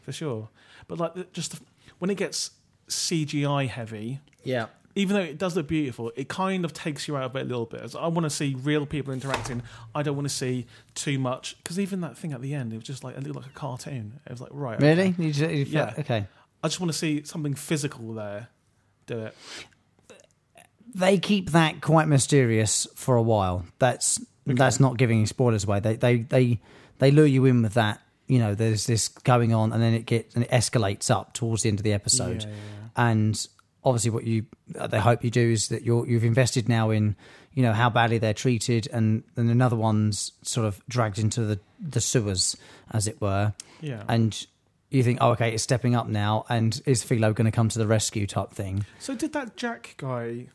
[SPEAKER 3] for sure. But like the- just the- when it gets CGI heavy,
[SPEAKER 2] Yeah.
[SPEAKER 3] even though it does look beautiful, it kind of takes you out of it a little bit. So I want to see real people interacting. I don't want to see too much because even that thing at the end, it was just like it looked like a cartoon. It was like right, okay.
[SPEAKER 2] Really? You ju- you felt-
[SPEAKER 3] Yeah.
[SPEAKER 2] Okay.
[SPEAKER 3] I just want to see something physical there. Do it.
[SPEAKER 2] They keep that quite mysterious for a while. That's that's not giving any spoilers away. They they they they lure you in with that. You know, there's this going on, and then it gets and it escalates up towards the end of the episode.
[SPEAKER 3] Yeah, yeah, yeah.
[SPEAKER 2] and obviously what you they hope you do is that you're you've invested now in you know how badly they're treated and then another one's sort of dragged into the the sewers as it were
[SPEAKER 3] Yeah.
[SPEAKER 2] and you think oh okay it's stepping up now and is philo going to come to the rescue type thing
[SPEAKER 3] So did that Jack guy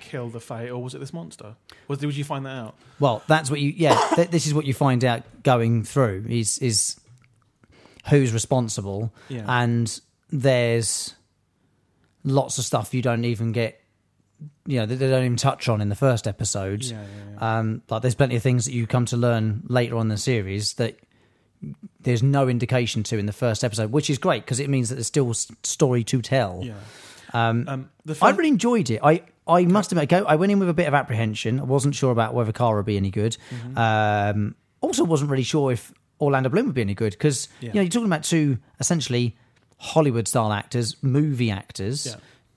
[SPEAKER 3] kill the Fae, or was it this monster? Was did you find that out?
[SPEAKER 2] well that's what you yeah th- this is what you find out going through is is who's responsible
[SPEAKER 3] Yeah.
[SPEAKER 2] and there's lots of stuff you don't even get you know that they don't even touch on in the first episode
[SPEAKER 3] yeah, yeah, yeah.
[SPEAKER 2] Um, like there's plenty of things that you come to learn later on in the series that there's no indication to in the first episode, which is great because it means that there's still s- story to tell.
[SPEAKER 3] yeah.
[SPEAKER 2] Um,
[SPEAKER 3] Um, the
[SPEAKER 2] I
[SPEAKER 3] film,
[SPEAKER 2] really enjoyed it. I, I must admit, go- I went in with a bit of apprehension. I wasn't sure about whether Cara would be any good.
[SPEAKER 3] Mm-hmm.
[SPEAKER 2] Um, also, wasn't really sure if Orlando Bloom would be any good because
[SPEAKER 3] Yeah.
[SPEAKER 2] you know you're talking about two essentially Hollywood style actors, movie actors,
[SPEAKER 3] Yeah.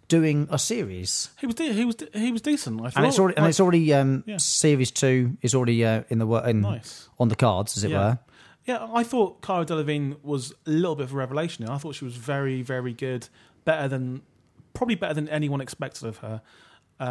[SPEAKER 2] doing a series.
[SPEAKER 3] he was de- he was de- he was decent. I thought.
[SPEAKER 2] And it's already, and
[SPEAKER 3] Like,
[SPEAKER 2] it's already um,
[SPEAKER 3] Yeah.
[SPEAKER 2] series two is already uh, in the wor- in,
[SPEAKER 3] nice.
[SPEAKER 2] on the cards, as it
[SPEAKER 3] Yeah.
[SPEAKER 2] were.
[SPEAKER 3] Yeah, I thought Cara Delevingne was a little bit of a revelation. I thought she was very, very good, better than probably better than anyone expected of her.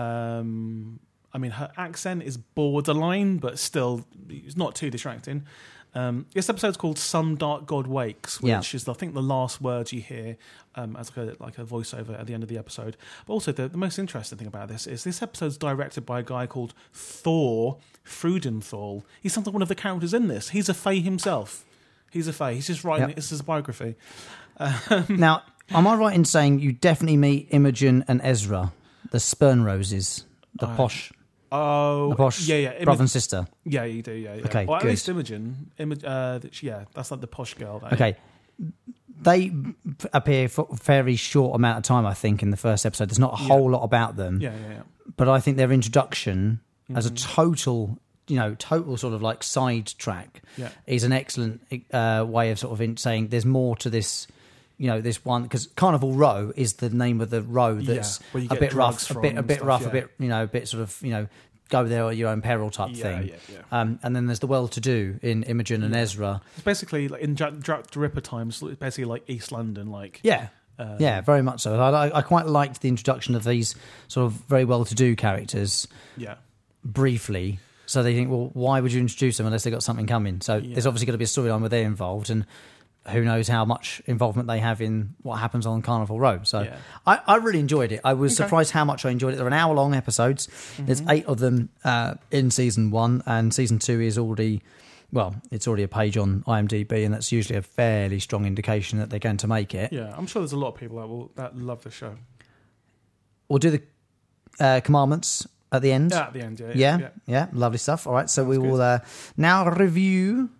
[SPEAKER 3] Um, I mean, her accent is borderline, but still, it's not too distracting. Um, this episode's called "Some Dark God Wakes," which
[SPEAKER 2] Yeah.
[SPEAKER 3] is, I think, the last words you hear um, as like a, like a voiceover at the end of the episode. But also, the, the most interesting thing about this is this episode's directed by a guy called Thor Frudenthal. He sounds like one of the characters in this. He's a Fae himself. He's a fae. He's just writing
[SPEAKER 2] Yep.
[SPEAKER 3] it. It's his biography. [laughs]
[SPEAKER 2] Now, am I right in saying you definitely meet Imogen and Ezra, the Spurn Roses, the posh,
[SPEAKER 3] Oh,
[SPEAKER 2] the posh
[SPEAKER 3] yeah, yeah, Imi-
[SPEAKER 2] brother and sister?
[SPEAKER 3] yeah, you do, yeah, yeah.
[SPEAKER 2] Okay,
[SPEAKER 3] or at
[SPEAKER 2] good.
[SPEAKER 3] least Imogen. Imi- uh, that she- yeah, that's like the posh girl. That
[SPEAKER 2] Okay. They appear for a very short amount of time, I think, in the first episode. There's not a whole lot about them,
[SPEAKER 3] Yeah, Mm-hmm. yeah, yeah.
[SPEAKER 2] but I think their introduction as a total, you know, total sort of like sidetrack
[SPEAKER 3] Yeah.
[SPEAKER 2] is an excellent uh, way of sort of in saying there's more to this, you know, this one because Carnival Row is the name of the row
[SPEAKER 3] Yeah,
[SPEAKER 2] that's
[SPEAKER 3] where you
[SPEAKER 2] a
[SPEAKER 3] get
[SPEAKER 2] bit
[SPEAKER 3] drugs
[SPEAKER 2] rough, a
[SPEAKER 3] from
[SPEAKER 2] bit a
[SPEAKER 3] and
[SPEAKER 2] bit
[SPEAKER 3] stuff,
[SPEAKER 2] rough, a
[SPEAKER 3] yeah.
[SPEAKER 2] bit you know, a bit sort of you know, go there at your own peril type
[SPEAKER 3] Yeah,
[SPEAKER 2] thing.
[SPEAKER 3] yeah, yeah. Mm.
[SPEAKER 2] Um, and then there's the well-to-do in Imogen and Ezra.
[SPEAKER 3] It's basically like in Jack, Jack the Ripper times. It's basically like East London, like
[SPEAKER 2] Yeah.
[SPEAKER 3] Um,
[SPEAKER 2] yeah, very much so. I, I- I quite liked the introduction of these sort of very well to do characters
[SPEAKER 3] yeah,
[SPEAKER 2] briefly. So they think, well, why would you introduce them unless they've got something coming? So
[SPEAKER 3] Yeah.
[SPEAKER 2] there's obviously going to be a storyline where they're involved, and who knows how much involvement they have in what happens on Carnival Row. So
[SPEAKER 3] Yeah.
[SPEAKER 2] I, I really enjoyed it. I was
[SPEAKER 3] Okay.
[SPEAKER 2] surprised how much I enjoyed it. They're an hour long episodes, there's
[SPEAKER 3] Mm-hmm.
[SPEAKER 2] eight of them uh, in season one, and season two is already. Well, it's already a page on IMDb, and that's usually a fairly strong indication that they're going to make it.
[SPEAKER 3] yeah. I'm sure there's a lot of people that will that love the show.
[SPEAKER 2] We'll do the uh, commandments at the end.
[SPEAKER 3] Yeah, at the end, Ah, yeah,
[SPEAKER 2] yeah, yeah, lovely stuff. All right, so we
[SPEAKER 3] good.
[SPEAKER 2] will uh, now review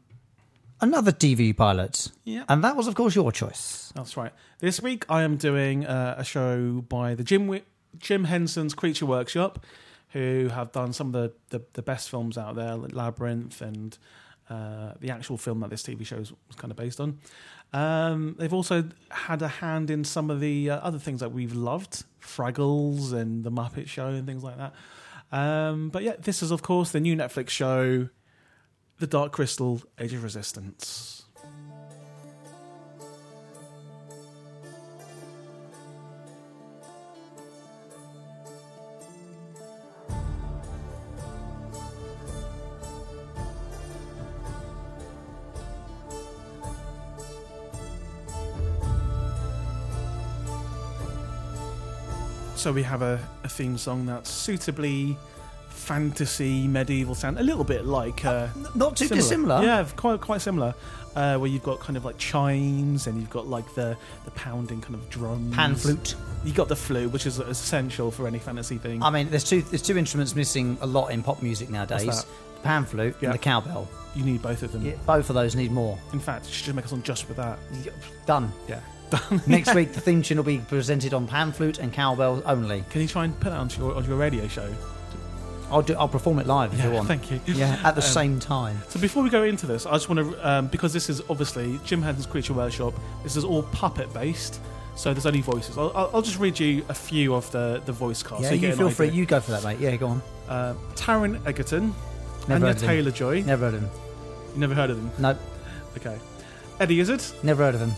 [SPEAKER 2] another TV pilot,
[SPEAKER 3] yeah.
[SPEAKER 2] and that was, of course, your choice.
[SPEAKER 3] That's right. This week I am doing uh, a show by the Jim Wi- Jim Henson's Creature Workshop, who have done some of the, the, the best films out there, like Labyrinth and uh, the actual film that this TV show is- was kind of based on. Um, they've also had a hand in some of the uh, other things that we've loved, Fraggles and The Muppet Show and things like that. Um, but yeah, this is of course the new Netflix show, The Dark Crystal: Age of Resistance. So we have a, a theme song that's suitably fantasy medieval sound, a little bit like uh,
[SPEAKER 2] N- Not too dissimilar.
[SPEAKER 3] Yeah, quite quite similar. Uh, where you've got kind of like chimes and you've got like the the pounding kind of drums.
[SPEAKER 2] Pan flute.
[SPEAKER 3] You got the flute, which is essential for any fantasy thing.
[SPEAKER 2] I mean, there's two there's two instruments missing a lot in pop music nowadays:
[SPEAKER 3] that?
[SPEAKER 2] the pan flute
[SPEAKER 3] Yeah.
[SPEAKER 2] and the cowbell.
[SPEAKER 3] you need both of them.
[SPEAKER 2] Yeah, Both of those need more.
[SPEAKER 3] In fact, you should make a song just with that.
[SPEAKER 2] Done.
[SPEAKER 3] [laughs] Yeah.
[SPEAKER 2] Next week, the theme tune will be presented on pan flute and cowbell only.
[SPEAKER 3] Can you try and put that onto your, onto your radio show?
[SPEAKER 2] I'll do. I'll perform it live if you want.
[SPEAKER 3] Thank you. Um,
[SPEAKER 2] Yeah, at the same time.
[SPEAKER 3] So before we go into this, I just want to um, because this is obviously Jim Henson's Creature Workshop. This is all puppet based, so there's only voices. I'll, I'll I'll just read you a few of the the voice cast.
[SPEAKER 2] Yeah,
[SPEAKER 3] so you,
[SPEAKER 2] you,
[SPEAKER 3] get an
[SPEAKER 2] feel free.
[SPEAKER 3] idea.
[SPEAKER 2] You go for that, mate. Yeah, go on.
[SPEAKER 3] Uh, Taron Egerton,
[SPEAKER 2] Never heard
[SPEAKER 3] Anya
[SPEAKER 2] of him.
[SPEAKER 3] Taylor Joy.
[SPEAKER 2] Never heard of him.
[SPEAKER 3] You never heard of them?
[SPEAKER 2] No,
[SPEAKER 3] Okay. Eddie Izzard,
[SPEAKER 2] never heard of him.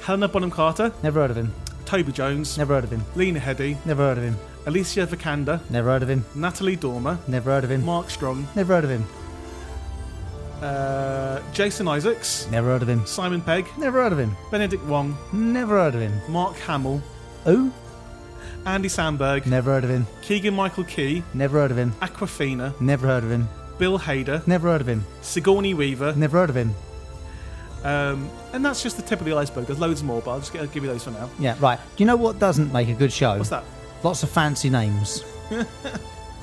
[SPEAKER 3] Helena Bonham Carter,
[SPEAKER 2] Never heard of him.
[SPEAKER 3] Toby Jones,
[SPEAKER 2] Never heard of him.
[SPEAKER 3] Lena Headey,
[SPEAKER 2] Never heard of him.
[SPEAKER 3] Alicia Vikander,
[SPEAKER 2] Never heard of him.
[SPEAKER 3] Natalie Dormer,
[SPEAKER 2] Never heard of him.
[SPEAKER 3] Mark Strong,
[SPEAKER 2] Never heard of him.
[SPEAKER 3] uh, Jason Isaacs,
[SPEAKER 2] Never heard of him.
[SPEAKER 3] Simon Pegg,
[SPEAKER 2] Never heard of him.
[SPEAKER 3] Benedict Wong,
[SPEAKER 2] Never heard of him.
[SPEAKER 3] Mark Hamill,
[SPEAKER 2] Ooh.
[SPEAKER 3] Andy Sandberg,
[SPEAKER 2] Never heard of him.
[SPEAKER 3] Keegan Michael Key,
[SPEAKER 2] Never heard of him.
[SPEAKER 3] Aquafina,
[SPEAKER 2] Never heard of him.
[SPEAKER 3] Bill Hader,
[SPEAKER 2] Never heard of him.
[SPEAKER 3] Sigourney Weaver,
[SPEAKER 2] Never heard of him.
[SPEAKER 3] um, and that's just the tip of the iceberg. There's loads more, but I'll just get, give you those for now.
[SPEAKER 2] Yeah, right. You know what doesn't make a good show?
[SPEAKER 3] What's that?
[SPEAKER 2] Lots of fancy
[SPEAKER 3] [laughs]
[SPEAKER 2] names.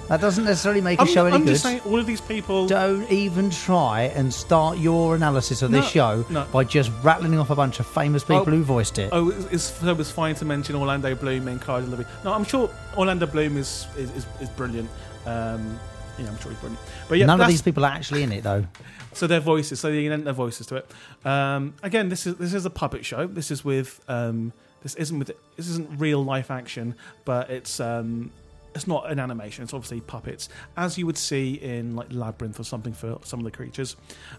[SPEAKER 2] that doesn't necessarily make
[SPEAKER 3] I'm,
[SPEAKER 2] a show any
[SPEAKER 3] I'm
[SPEAKER 2] good.
[SPEAKER 3] just saying, all of these people.
[SPEAKER 2] Don't even try and start your analysis of this
[SPEAKER 3] No,
[SPEAKER 2] show
[SPEAKER 3] no.
[SPEAKER 2] by just rattling off a bunch of famous people
[SPEAKER 3] Oh.
[SPEAKER 2] who voiced it.
[SPEAKER 3] Oh, it's, it's, it was fine to mention Orlando Bloom and Cardi Levy. No, I'm sure Orlando Bloom is is, is, is brilliant. Um, yeah, I'm sure he's brilliant. But yeah,
[SPEAKER 2] None of
[SPEAKER 3] that's-
[SPEAKER 2] these people are actually in it, though.
[SPEAKER 3] so their voices, so they lent their voices to it. Um, again, this is this is a puppet show. This is with um, this isn't with this isn't real life action, but it's um, it's not an animation. It's obviously puppets, as you would see in like Labyrinth or something for some of the creatures.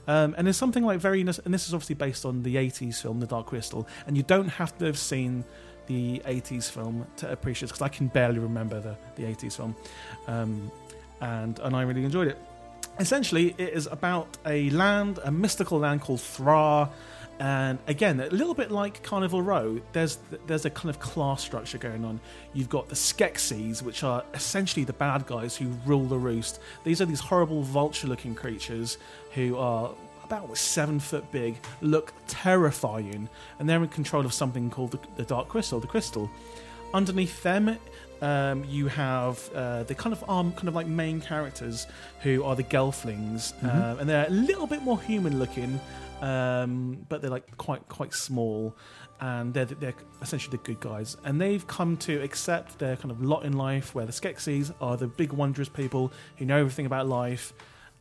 [SPEAKER 3] Um, and there's something like very, and this is obviously based on the '80s film, The Dark Crystal. And you don't have to have seen the '80s film to appreciate, because I can barely remember the the '80s film, um, and and I really enjoyed it essentially it is about a land a mystical land called thra and again a little bit like carnival row there's there's a kind of class structure going on you've got the skeksis which are essentially the bad guys who rule the roost these are these horrible vulture looking creatures who are about seven foot big, look terrifying, and they're in control of something called the, the Dark Crystal, the Crystal. Underneath them, um, you have uh, the kind of um, kind of like main characters who are the Gelflings, uh, and they're a little bit more human looking, um, but they're like quite quite small, and they're they're essentially the good guys, and they've come to accept their kind of lot in life, where the Skeksis are the big wondrous people who know everything about life.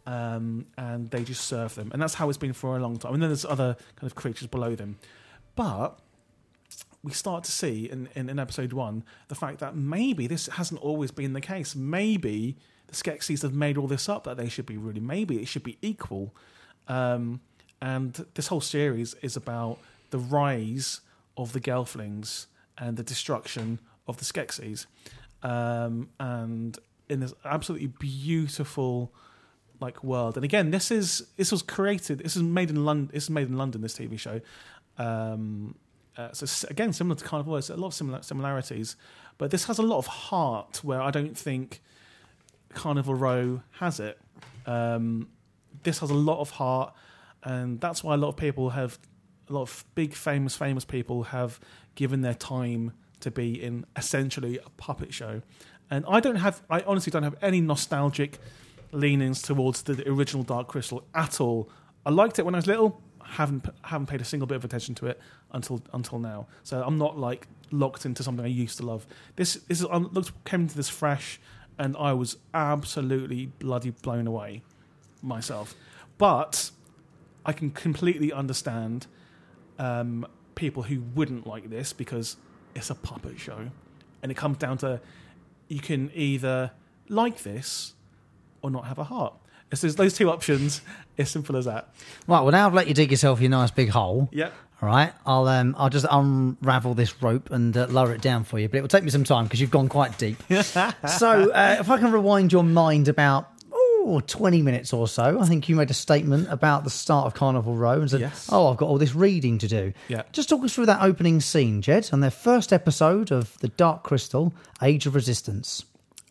[SPEAKER 3] Um, and they just serve them, and that's how it's been for a long time. And then there's other kind of creatures below them, but we start to see in, in, in episode one the fact that maybe this hasn't always been the case. Maybe the Skeksis have made all this up that they should be really, maybe it should be equal. Um, and this whole series is about the rise of the Gelflings and the destruction of the Skeksis. Um, and in this absolutely beautiful like world. And again, this is this was created. This is made in London. This is made in London. This TV show. Um, uh, so s- again, similar to Carnival, there's a lot of similar similarities, but this has a lot of heart where I don't think Carnival Row has it. Um, this has a lot of heart, and that's why a lot of people have a lot of big, famous, famous people have given their time to be in essentially a puppet show. And I don't have, I honestly don't have any nostalgic leanings towards the original Dark Crystal at all. I liked it when I was little. Haven't haven't paid a single bit of attention to it until until now. So I'm not like locked into something I used to love. This this is, I looked came into this fresh, and I was absolutely bloody blown away myself. But I can completely understand um, people who wouldn't like this because it's a puppet show, and it comes down to you can either like this or not have a heart. It's those- those two options. [laughs] It's simple as that.
[SPEAKER 2] Right, well now I've let you dig yourself your nice big hole.
[SPEAKER 3] Yep.
[SPEAKER 2] All right, I'll um, I'll just unravel this rope and uh, lower it down for you, but it will take me some time because you've gone quite
[SPEAKER 3] [laughs]
[SPEAKER 2] deep. so uh, if I can rewind your mind about oh 20 minutes or so, I think you made a statement about the start of Carnival Row and said,
[SPEAKER 3] Yes.
[SPEAKER 2] "Oh, I've got all this reading to do."
[SPEAKER 3] Yeah.
[SPEAKER 2] Just talk us through that opening scene, Jed, on their first episode of The Dark Crystal: Age of Resistance.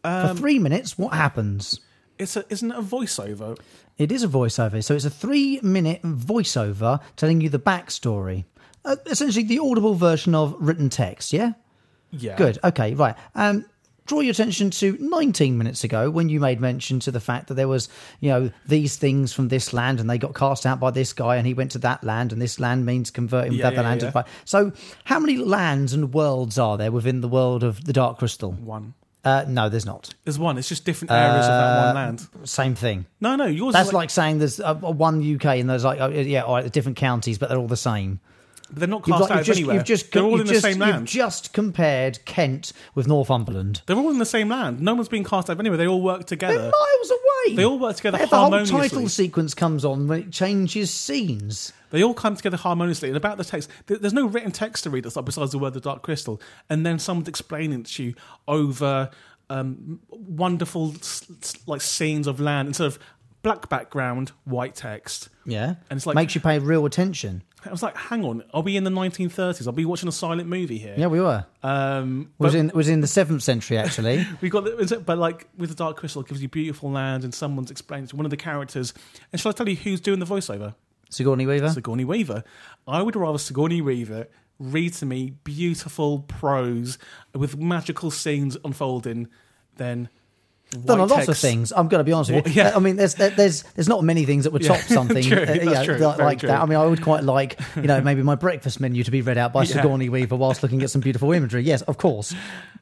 [SPEAKER 3] Um,
[SPEAKER 2] For three minutes, what happens?
[SPEAKER 3] It's a isn't it a voiceover?
[SPEAKER 2] It is a voiceover. So it's a three minute voiceover telling you the backstory. Uh, essentially, the audible version of written text, yeah?
[SPEAKER 3] Yeah.
[SPEAKER 2] Good. Okay, right. Um, draw your attention to 19 minutes ago when you made mention to the fact that there was, you know, these things from this land and they got cast out by this guy and he went to that land and this land means converting
[SPEAKER 3] Yeah,
[SPEAKER 2] that
[SPEAKER 3] yeah,
[SPEAKER 2] land.
[SPEAKER 3] yeah.
[SPEAKER 2] to- So how many lands and worlds are there within the world of the Dark Crystal?
[SPEAKER 3] One.
[SPEAKER 2] Uh, no, there's not.
[SPEAKER 3] There's one. It's just different areas of that one land.
[SPEAKER 2] Same thing.
[SPEAKER 3] No, no. Yours.
[SPEAKER 2] Uh, That's
[SPEAKER 3] is
[SPEAKER 2] like, saying there's uh, one UK and there's like, oh, yeah, all right, different counties, but they're all the same.
[SPEAKER 3] they're not
[SPEAKER 2] You've, like-
[SPEAKER 3] cast out
[SPEAKER 2] you've
[SPEAKER 3] of
[SPEAKER 2] just,
[SPEAKER 3] anywhere.
[SPEAKER 2] you've just-
[SPEAKER 3] they're all
[SPEAKER 2] you've
[SPEAKER 3] in the
[SPEAKER 2] just-
[SPEAKER 3] same land.
[SPEAKER 2] You've just compared Kent with Northumberland.
[SPEAKER 3] they're all in the same land. No one's being cast out of anywhere. They all work
[SPEAKER 2] They're
[SPEAKER 3] together.
[SPEAKER 2] miles away.
[SPEAKER 3] They all work together
[SPEAKER 2] If the whole
[SPEAKER 3] harmoniously.
[SPEAKER 2] title sequence comes on when it changes scenes.
[SPEAKER 3] They all come together harmoniously. And about the text, th- there's no written text to read that's like besides the word the dark crystal. And then someone's explaining it to you over um, wonderful s- s- like scenes of land instead of black background, white text.
[SPEAKER 2] Yeah.
[SPEAKER 3] And it's like-
[SPEAKER 2] Makes you pay real attention.
[SPEAKER 3] I was like, hang on, are we in the 1930s? Are we watching a silent movie here?
[SPEAKER 2] Yeah, we were.
[SPEAKER 3] Um,
[SPEAKER 2] was
[SPEAKER 3] but
[SPEAKER 2] in was in the seventh century
[SPEAKER 3] [laughs]
[SPEAKER 2] actually.
[SPEAKER 3] we got, the- is it- but like with the Dark Crystal, it gives you beautiful land, and someone's explaining to one of the characters. And shall I tell you who's doing the voiceover?
[SPEAKER 2] Sigourney Weaver.
[SPEAKER 3] [laughs] Sigourney Weaver. I would rather Sigourney Weaver read to me beautiful prose with magical scenes unfolding than
[SPEAKER 2] done a
[SPEAKER 3] white
[SPEAKER 2] lot of
[SPEAKER 3] text.
[SPEAKER 2] things. I'm going to be honest with you.
[SPEAKER 3] Well, yeah.
[SPEAKER 2] I mean, there's there- there's there's not many things that would
[SPEAKER 3] [laughs]
[SPEAKER 2] top something
[SPEAKER 3] True,
[SPEAKER 2] uh,
[SPEAKER 3] that's
[SPEAKER 2] yeah,
[SPEAKER 3] true,
[SPEAKER 2] like,
[SPEAKER 3] very
[SPEAKER 2] like
[SPEAKER 3] true.
[SPEAKER 2] that. I mean, I would quite like you
[SPEAKER 3] [laughs]
[SPEAKER 2] know maybe my breakfast menu to be read out by
[SPEAKER 3] Yeah.
[SPEAKER 2] Sigourney Weaver whilst looking at some beautiful imagery. Yes, of course,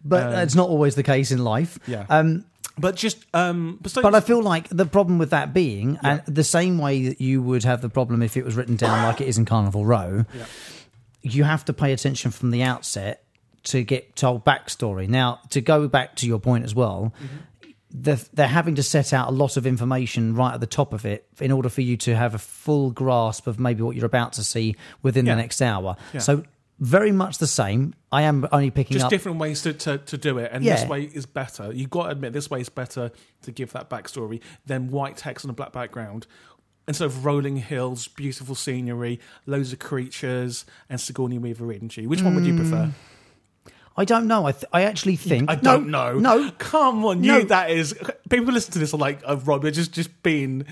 [SPEAKER 2] but
[SPEAKER 3] Uh,
[SPEAKER 2] it's not always the case in life.
[SPEAKER 3] Yeah.
[SPEAKER 2] Um,
[SPEAKER 3] But just um, but, so,
[SPEAKER 2] but I feel like the problem with that being, and the same way that you would have the problem if it was written down like it is in Carnival Row, you have to pay attention from the outset to get told backstory. Now, to go back to your point as well,
[SPEAKER 3] Mm-hmm.
[SPEAKER 2] they're, they're having to set out a lot of information right at the top of it in order for you to have a full grasp of maybe what you're about to see within
[SPEAKER 3] Yeah.
[SPEAKER 2] the next hour.
[SPEAKER 3] Yeah.
[SPEAKER 2] So, very much the same. I am only picking
[SPEAKER 3] just
[SPEAKER 2] up.
[SPEAKER 3] different ways to, to, to do it, and
[SPEAKER 2] Yeah.
[SPEAKER 3] this way is better. You've got to admit, this way is better to give that backstory than white text on a black background. Instead of rolling hills, beautiful scenery, loads of creatures, and Sigourney Weaver reading to you. Which one would
[SPEAKER 2] Hmm.
[SPEAKER 3] you prefer?
[SPEAKER 2] I don't know. I, th- I actually think.
[SPEAKER 3] I
[SPEAKER 2] No,
[SPEAKER 3] don't know.
[SPEAKER 2] No,
[SPEAKER 3] come on, you
[SPEAKER 2] No.
[SPEAKER 3] that is. People who listen to this are like, oh, Rob, you're just just being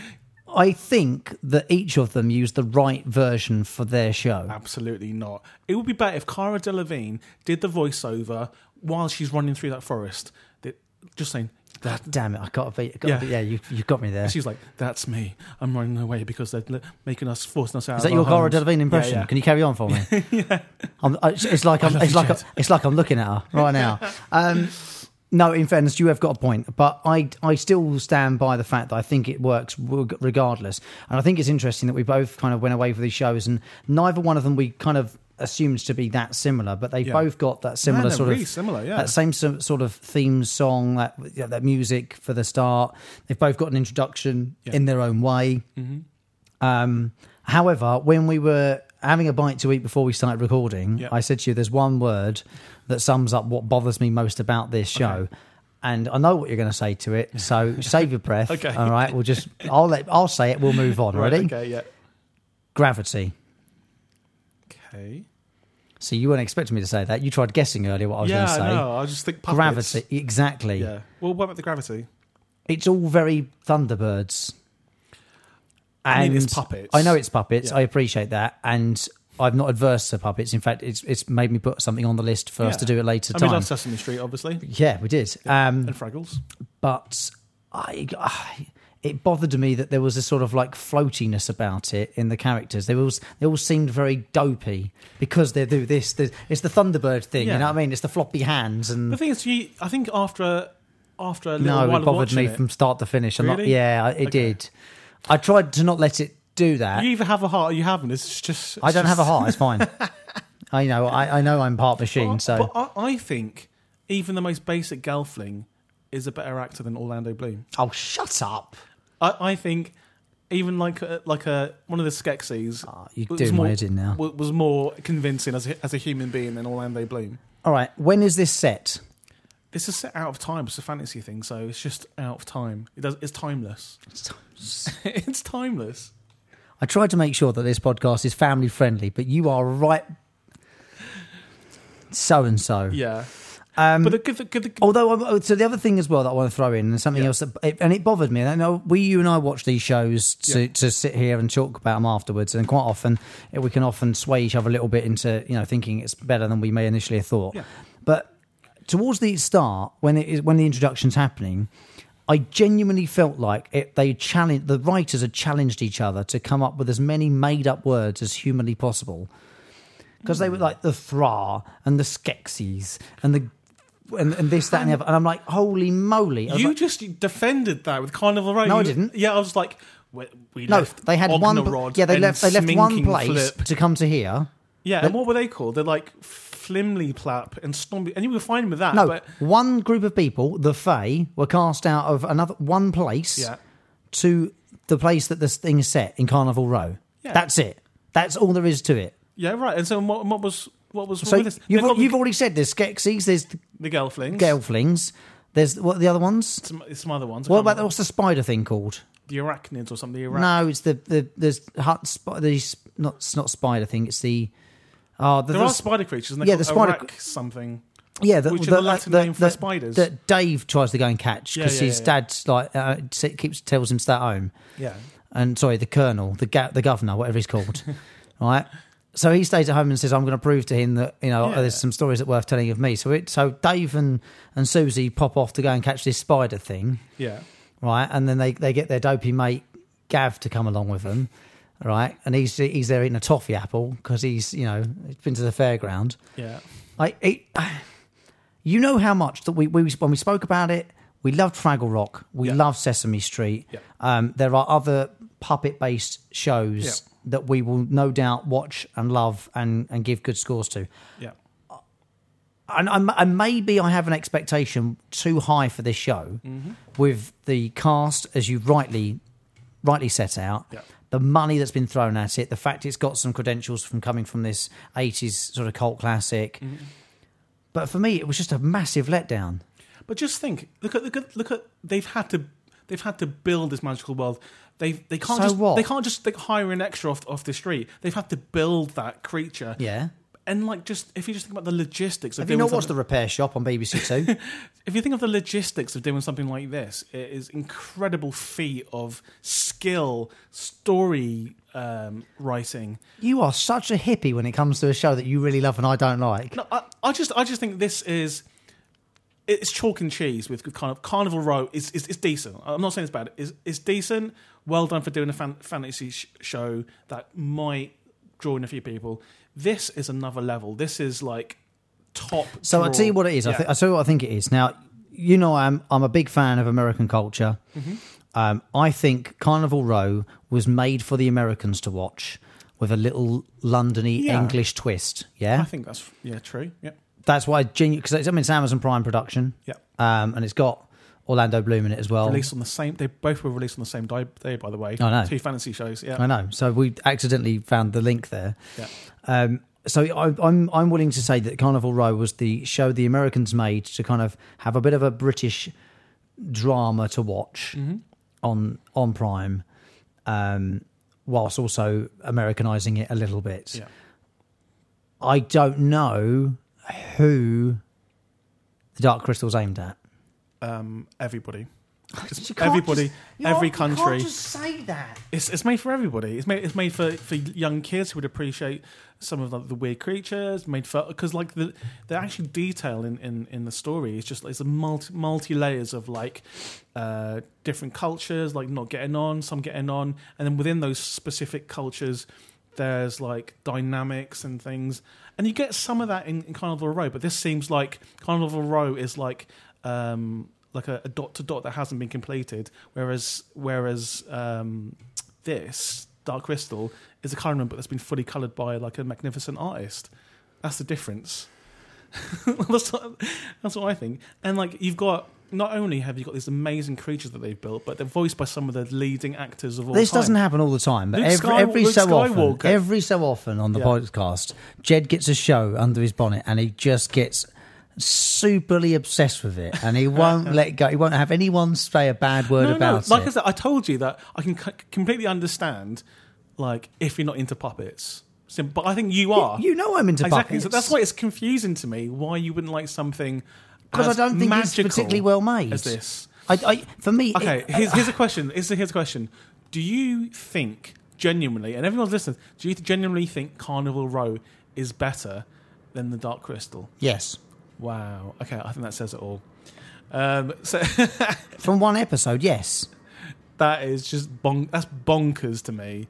[SPEAKER 2] I think that each of them used the right version for their show.
[SPEAKER 3] Absolutely not. It would be better if Cara Delevingne did the voiceover while she's running through that forest. That- Just saying that.
[SPEAKER 2] Ah, Damn it! I got to be. Got
[SPEAKER 3] Yeah.
[SPEAKER 2] yeah, yeah. You you got me there.
[SPEAKER 3] She's like, "That's me. I'm running away because they're li- making us, forcing us out."
[SPEAKER 2] Is
[SPEAKER 3] of
[SPEAKER 2] that
[SPEAKER 3] our
[SPEAKER 2] your Cara
[SPEAKER 3] homes."
[SPEAKER 2] Delevingne impression?
[SPEAKER 3] Yeah, yeah.
[SPEAKER 2] Can you carry on for me?
[SPEAKER 3] [laughs]
[SPEAKER 2] yeah. I'm, I, it's- it's like I'm,
[SPEAKER 3] love
[SPEAKER 2] it's
[SPEAKER 3] you,
[SPEAKER 2] like i
[SPEAKER 3] Jed.
[SPEAKER 2] it's like I'm looking at her right
[SPEAKER 3] [laughs]
[SPEAKER 2] now. Um, no, in fairness, you have got a point, but I I still stand by the fact that I think it works reg- regardless, and I think it's interesting that we both kind of went away for these shows, and neither one of them we kind of assumed to be that similar, but they
[SPEAKER 3] Yeah.
[SPEAKER 2] both got that similar
[SPEAKER 3] they're
[SPEAKER 2] sort
[SPEAKER 3] really
[SPEAKER 2] of
[SPEAKER 3] similar, yeah.
[SPEAKER 2] that same so- sort of theme song, that yeah, that music for the start. They've both got an introduction
[SPEAKER 3] Yeah.
[SPEAKER 2] in their own way. Um, however, when we were having a bite to eat before we started recording,
[SPEAKER 3] Yeah.
[SPEAKER 2] I said to you, "There's one word that sums up what bothers me most about this show." And I know what you're going to say to it,
[SPEAKER 3] [laughs]
[SPEAKER 2] so save your breath.
[SPEAKER 3] Okay.
[SPEAKER 2] All right, we'll just I'll let I'll say it. We'll move on.
[SPEAKER 3] Right,
[SPEAKER 2] Ready?
[SPEAKER 3] Okay. Yeah.
[SPEAKER 2] Gravity.
[SPEAKER 3] Okay.
[SPEAKER 2] So you weren't expecting me to say that. You tried guessing earlier what I was
[SPEAKER 3] yeah.
[SPEAKER 2] going to say.
[SPEAKER 3] I know. I just think puppets.
[SPEAKER 2] Gravity. Exactly.
[SPEAKER 3] Yeah. Well, what about the gravity?
[SPEAKER 2] It's all very Thunderbirds.
[SPEAKER 3] I mean, it's puppets.
[SPEAKER 2] I know it's puppets.
[SPEAKER 3] Yeah.
[SPEAKER 2] I appreciate that, and I'm not adverse to puppets. In fact, it's it's made me put something on the list for us
[SPEAKER 3] Yeah.
[SPEAKER 2] to do at later
[SPEAKER 3] And we
[SPEAKER 2] time.
[SPEAKER 3] love Sesame Street, obviously,
[SPEAKER 2] yeah, we did. Um,
[SPEAKER 3] and Fraggles.
[SPEAKER 2] but I, I- it bothered me that there was a sort of like floatiness about it in the characters. They all they all seemed very dopey because they do this. they- It's the Thunderbird thing, you
[SPEAKER 3] Yeah.
[SPEAKER 2] know what I mean? It's the floppy hands and
[SPEAKER 3] The thing is, you, I think after after a little
[SPEAKER 2] No,
[SPEAKER 3] while
[SPEAKER 2] it
[SPEAKER 3] of
[SPEAKER 2] bothered
[SPEAKER 3] watching
[SPEAKER 2] me
[SPEAKER 3] it,
[SPEAKER 2] from start to finish. I'm not,
[SPEAKER 3] Really?
[SPEAKER 2] yeah, I- it did. I tried to not let it do that.
[SPEAKER 3] you either have a heart or you haven't. It's just
[SPEAKER 2] I don't
[SPEAKER 3] it's
[SPEAKER 2] have a heart. It's [laughs] fine. I know. I, I know I'm part machine.
[SPEAKER 3] just-
[SPEAKER 2] So
[SPEAKER 3] But I, I think even the most basic Gelfling is a better actor than Orlando Bloom.
[SPEAKER 2] oh, shut up.
[SPEAKER 3] I, I think even like a, like a one of the Skeksis.
[SPEAKER 2] Ah, you're
[SPEAKER 3] was
[SPEAKER 2] doing my
[SPEAKER 3] more-
[SPEAKER 2] head in now.
[SPEAKER 3] wa- Was more convincing as a, as a human being than Orlando Bloom.
[SPEAKER 2] All right. When is this set?
[SPEAKER 3] This is set out of time. It's a fantasy thing, so it's just out of time. It does. It's timeless. [laughs] it's timeless.
[SPEAKER 2] I tried to make sure that this podcast is family friendly, but you are right. So and so.
[SPEAKER 3] Yeah.
[SPEAKER 2] Um,
[SPEAKER 3] But the good, the good, the good
[SPEAKER 2] Although, I'm- oh, so the other thing as well that I want to throw in, and something
[SPEAKER 3] Yeah.
[SPEAKER 2] else that, it, and it bothered me. And I know we, you, and I watch these shows to, to sit here and talk about them afterwards, and quite often eh, we can often sway each other a little bit into you know thinking it's better than we may initially have thought.
[SPEAKER 3] Yeah.
[SPEAKER 2] But towards the start, when it is when the introduction's happening, I genuinely felt like it, they challenged the writers had challenged each other to come up with as many made up words as humanly possible because they were
[SPEAKER 3] Hmm.
[SPEAKER 2] like the Thra and the Skeksis and the and, and this that and the other, and I'm like, holy moly! I was
[SPEAKER 3] You
[SPEAKER 2] like,
[SPEAKER 3] just defended that with Carnival Row.
[SPEAKER 2] No, I
[SPEAKER 3] You-
[SPEAKER 2] didn't.
[SPEAKER 3] Yeah, I was like, we, we
[SPEAKER 2] no,
[SPEAKER 3] left
[SPEAKER 2] they had one.
[SPEAKER 3] Ognarod
[SPEAKER 2] Yeah, they
[SPEAKER 3] and
[SPEAKER 2] left. They left one
[SPEAKER 3] Sminking
[SPEAKER 2] place
[SPEAKER 3] Flip.
[SPEAKER 2] to come to here.
[SPEAKER 3] Yeah, and what were they called? They're like Flimley Plap and Stormby, and you were fine with that.
[SPEAKER 2] No,
[SPEAKER 3] Ah, but
[SPEAKER 2] one group of people, the Fae, were cast out of another one place
[SPEAKER 3] yeah,
[SPEAKER 2] to the place that this thing is set in Carnival Row.
[SPEAKER 3] Yeah.
[SPEAKER 2] That's it. That's all there is to it.
[SPEAKER 3] yeah, right. And so what, what was what was
[SPEAKER 2] So
[SPEAKER 3] wrong with this?
[SPEAKER 2] you've,
[SPEAKER 3] They got
[SPEAKER 2] you've
[SPEAKER 3] the,
[SPEAKER 2] already said there's Skeksis, there's the
[SPEAKER 3] the Gelflings,
[SPEAKER 2] Gelflings, there's what are the other ones.
[SPEAKER 3] some, some other ones. I
[SPEAKER 2] What
[SPEAKER 3] can't
[SPEAKER 2] about the,
[SPEAKER 3] remember.
[SPEAKER 2] what's the spider thing called?
[SPEAKER 3] the arachnids or something? The Arach-
[SPEAKER 2] No, it's the the there's hut sp- the s- not it's not spider thing. It's the oh the,
[SPEAKER 3] there
[SPEAKER 2] the
[SPEAKER 3] are
[SPEAKER 2] s-
[SPEAKER 3] spider creatures. And
[SPEAKER 2] Yeah,
[SPEAKER 3] yeah,
[SPEAKER 2] the
[SPEAKER 3] the
[SPEAKER 2] spider-
[SPEAKER 3] something.
[SPEAKER 2] yeah the,
[SPEAKER 3] which
[SPEAKER 2] the,
[SPEAKER 3] are the Latin
[SPEAKER 2] the-
[SPEAKER 3] name for
[SPEAKER 2] the-
[SPEAKER 3] spiders.
[SPEAKER 2] that Dave tries to go and catch
[SPEAKER 3] Yeah,
[SPEAKER 2] because
[SPEAKER 3] yeah,
[SPEAKER 2] his
[SPEAKER 3] yeah.
[SPEAKER 2] dad's like uh, s- keeps tells him to stay at home
[SPEAKER 3] Yeah,
[SPEAKER 2] and sorry the colonel the ga- the governor whatever he's
[SPEAKER 3] [laughs]
[SPEAKER 2] called right. So he stays at home and says, "I'm going to prove to him that you know
[SPEAKER 3] Yeah.
[SPEAKER 2] there's some stories that worth telling of me." So it so Dave and and Susie pop off to go and catch this spider thing.
[SPEAKER 3] yeah.
[SPEAKER 2] right? And then they, they get their dopey mate Gav to come along with them, right? And he's he's there eating a toffee apple because he's you know he's been to the fairground.
[SPEAKER 3] Yeah,
[SPEAKER 2] I it, [sighs] you know how much that we, we when we spoke about it, we loved Fraggle Rock, we
[SPEAKER 3] Yeah.
[SPEAKER 2] love Sesame Street.
[SPEAKER 3] Yeah.
[SPEAKER 2] Um, there are other puppet based shows.
[SPEAKER 3] Yeah.
[SPEAKER 2] That we will no doubt watch and love and, and give good scores to
[SPEAKER 3] yeah,
[SPEAKER 2] and, I'm- and maybe I have an expectation too high for this show with the cast, as you rightly rightly set out,
[SPEAKER 3] Yeah.
[SPEAKER 2] the money that's been thrown at it, the fact it's got some credentials from coming from this 80s sort of cult classic. But for me, it was just a massive letdown.
[SPEAKER 3] But just think, look at look at look at they've had to they've had to build this magical world. They they can't
[SPEAKER 2] So
[SPEAKER 3] just
[SPEAKER 2] what?
[SPEAKER 3] they can't just like, hire an extra off off the street. They've had to build that creature.
[SPEAKER 2] Yeah.
[SPEAKER 3] and like just if you just think about the logistics of
[SPEAKER 2] Have you
[SPEAKER 3] doing
[SPEAKER 2] not watched
[SPEAKER 3] something-
[SPEAKER 2] The Repair Shop on BBC Two?
[SPEAKER 3] if you think of the logistics of doing something like this, it is incredible feat of skill, story um, writing.
[SPEAKER 2] you are such a hippie when it comes to a show that you really love and I don't like.
[SPEAKER 3] No, I, I just I just think this is it's chalk and cheese with with kind of Carnival Row is is, is decent. I'm not saying it's bad. It's, it's decent. Well done for doing a fan, fantasy sh- show that might draw in a few people. This is another level. This is like top.
[SPEAKER 2] So I'll
[SPEAKER 3] drawer.
[SPEAKER 2] tell you what it is. I, uh,
[SPEAKER 3] Yeah.
[SPEAKER 2] th- I tell you what I think it is. Now, you know, I'm I'm a big fan of American culture.
[SPEAKER 3] Mm-hmm.
[SPEAKER 2] Um, I think Carnival Row was made for the Americans to watch with a little Londony
[SPEAKER 3] Yeah.
[SPEAKER 2] English twist. Yeah,
[SPEAKER 3] I think that's yeah true. Yeah,
[SPEAKER 2] that's why. Because I mean, it's Amazon Prime production.
[SPEAKER 3] Yeah.
[SPEAKER 2] um, and it's got Orlando Bloom in it as well.
[SPEAKER 3] released on the same. They both were released on the same di- day, by the way.
[SPEAKER 2] Um, I know.
[SPEAKER 3] Two fantasy shows. Yeah,
[SPEAKER 2] I know. So we accidentally found the link there.
[SPEAKER 3] Yeah.
[SPEAKER 2] Um, so I, I'm I'm willing to say that Carnival Row was the show the Americans made to kind of have a bit of a British drama to watch
[SPEAKER 3] Mm-hmm.
[SPEAKER 2] on on Prime, um, whilst also Americanizing it a little bit.
[SPEAKER 3] Yeah.
[SPEAKER 2] I don't know who the Dark Crystal's aimed at.
[SPEAKER 3] Um,
[SPEAKER 2] [laughs]
[SPEAKER 3] everybody. Just
[SPEAKER 2] You can't
[SPEAKER 3] everybody,
[SPEAKER 2] just- you
[SPEAKER 3] every
[SPEAKER 2] can't- you can't
[SPEAKER 3] country.
[SPEAKER 2] just say that.
[SPEAKER 3] It's, it's made for everybody. It's made it's made for, for young kids who would appreciate some of the, the weird creatures. Made for because like the the actual detail in, in, in the story is just it's a multi multi layers of like uh, different cultures, like not getting on, some getting on, and then within those specific cultures, there's like dynamics and things, and you get some of that in, in Carnival Row. But this seems like Carnival Row is like. Um, like a, a dot to dot that hasn't been completed, whereas whereas um, this Dark Crystal is a Kyron book that's been fully coloured by like a magnificent artist. That's the difference. [laughs] that's, what, that's what I think. And like you've got not only have you got these amazing creatures that they've built, but they're voiced by some of the leading actors of all
[SPEAKER 2] This
[SPEAKER 3] time.
[SPEAKER 2] doesn't happen all the time, but
[SPEAKER 3] Luke
[SPEAKER 2] every,
[SPEAKER 3] Sky-
[SPEAKER 2] every
[SPEAKER 3] Luke
[SPEAKER 2] so often,
[SPEAKER 3] Skywalker.
[SPEAKER 2] every so often on the
[SPEAKER 3] Yeah.
[SPEAKER 2] podcast, Jed gets a show under his bonnet and he just gets superly obsessed with it,
[SPEAKER 3] [laughs]
[SPEAKER 2] and he won't let go. He won't have anyone say a bad word
[SPEAKER 3] no,
[SPEAKER 2] about
[SPEAKER 3] no. Like
[SPEAKER 2] it.
[SPEAKER 3] I said, I told you that I can c- completely understand, like if you're not into puppets, Sim- but I think you are.
[SPEAKER 2] you know I'm into
[SPEAKER 3] exactly.
[SPEAKER 2] puppets.
[SPEAKER 3] So that's why it's confusing to me why you wouldn't like something
[SPEAKER 2] because I
[SPEAKER 3] as
[SPEAKER 2] don't think it's
[SPEAKER 3] magical
[SPEAKER 2] particularly well made.
[SPEAKER 3] As this,
[SPEAKER 2] I, I, for me,
[SPEAKER 3] okay.
[SPEAKER 2] it-
[SPEAKER 3] Here's, here's a question. Here's, here's a question. Do you think genuinely, and everyone's listening, do you genuinely think Carnival Row is better than the Dark Crystal?
[SPEAKER 2] [laughs] yes,
[SPEAKER 3] Wow. Okay, I think that says it all. Um, so [laughs]
[SPEAKER 2] from one episode, yes.
[SPEAKER 3] that is just bon- that's bonkers to me.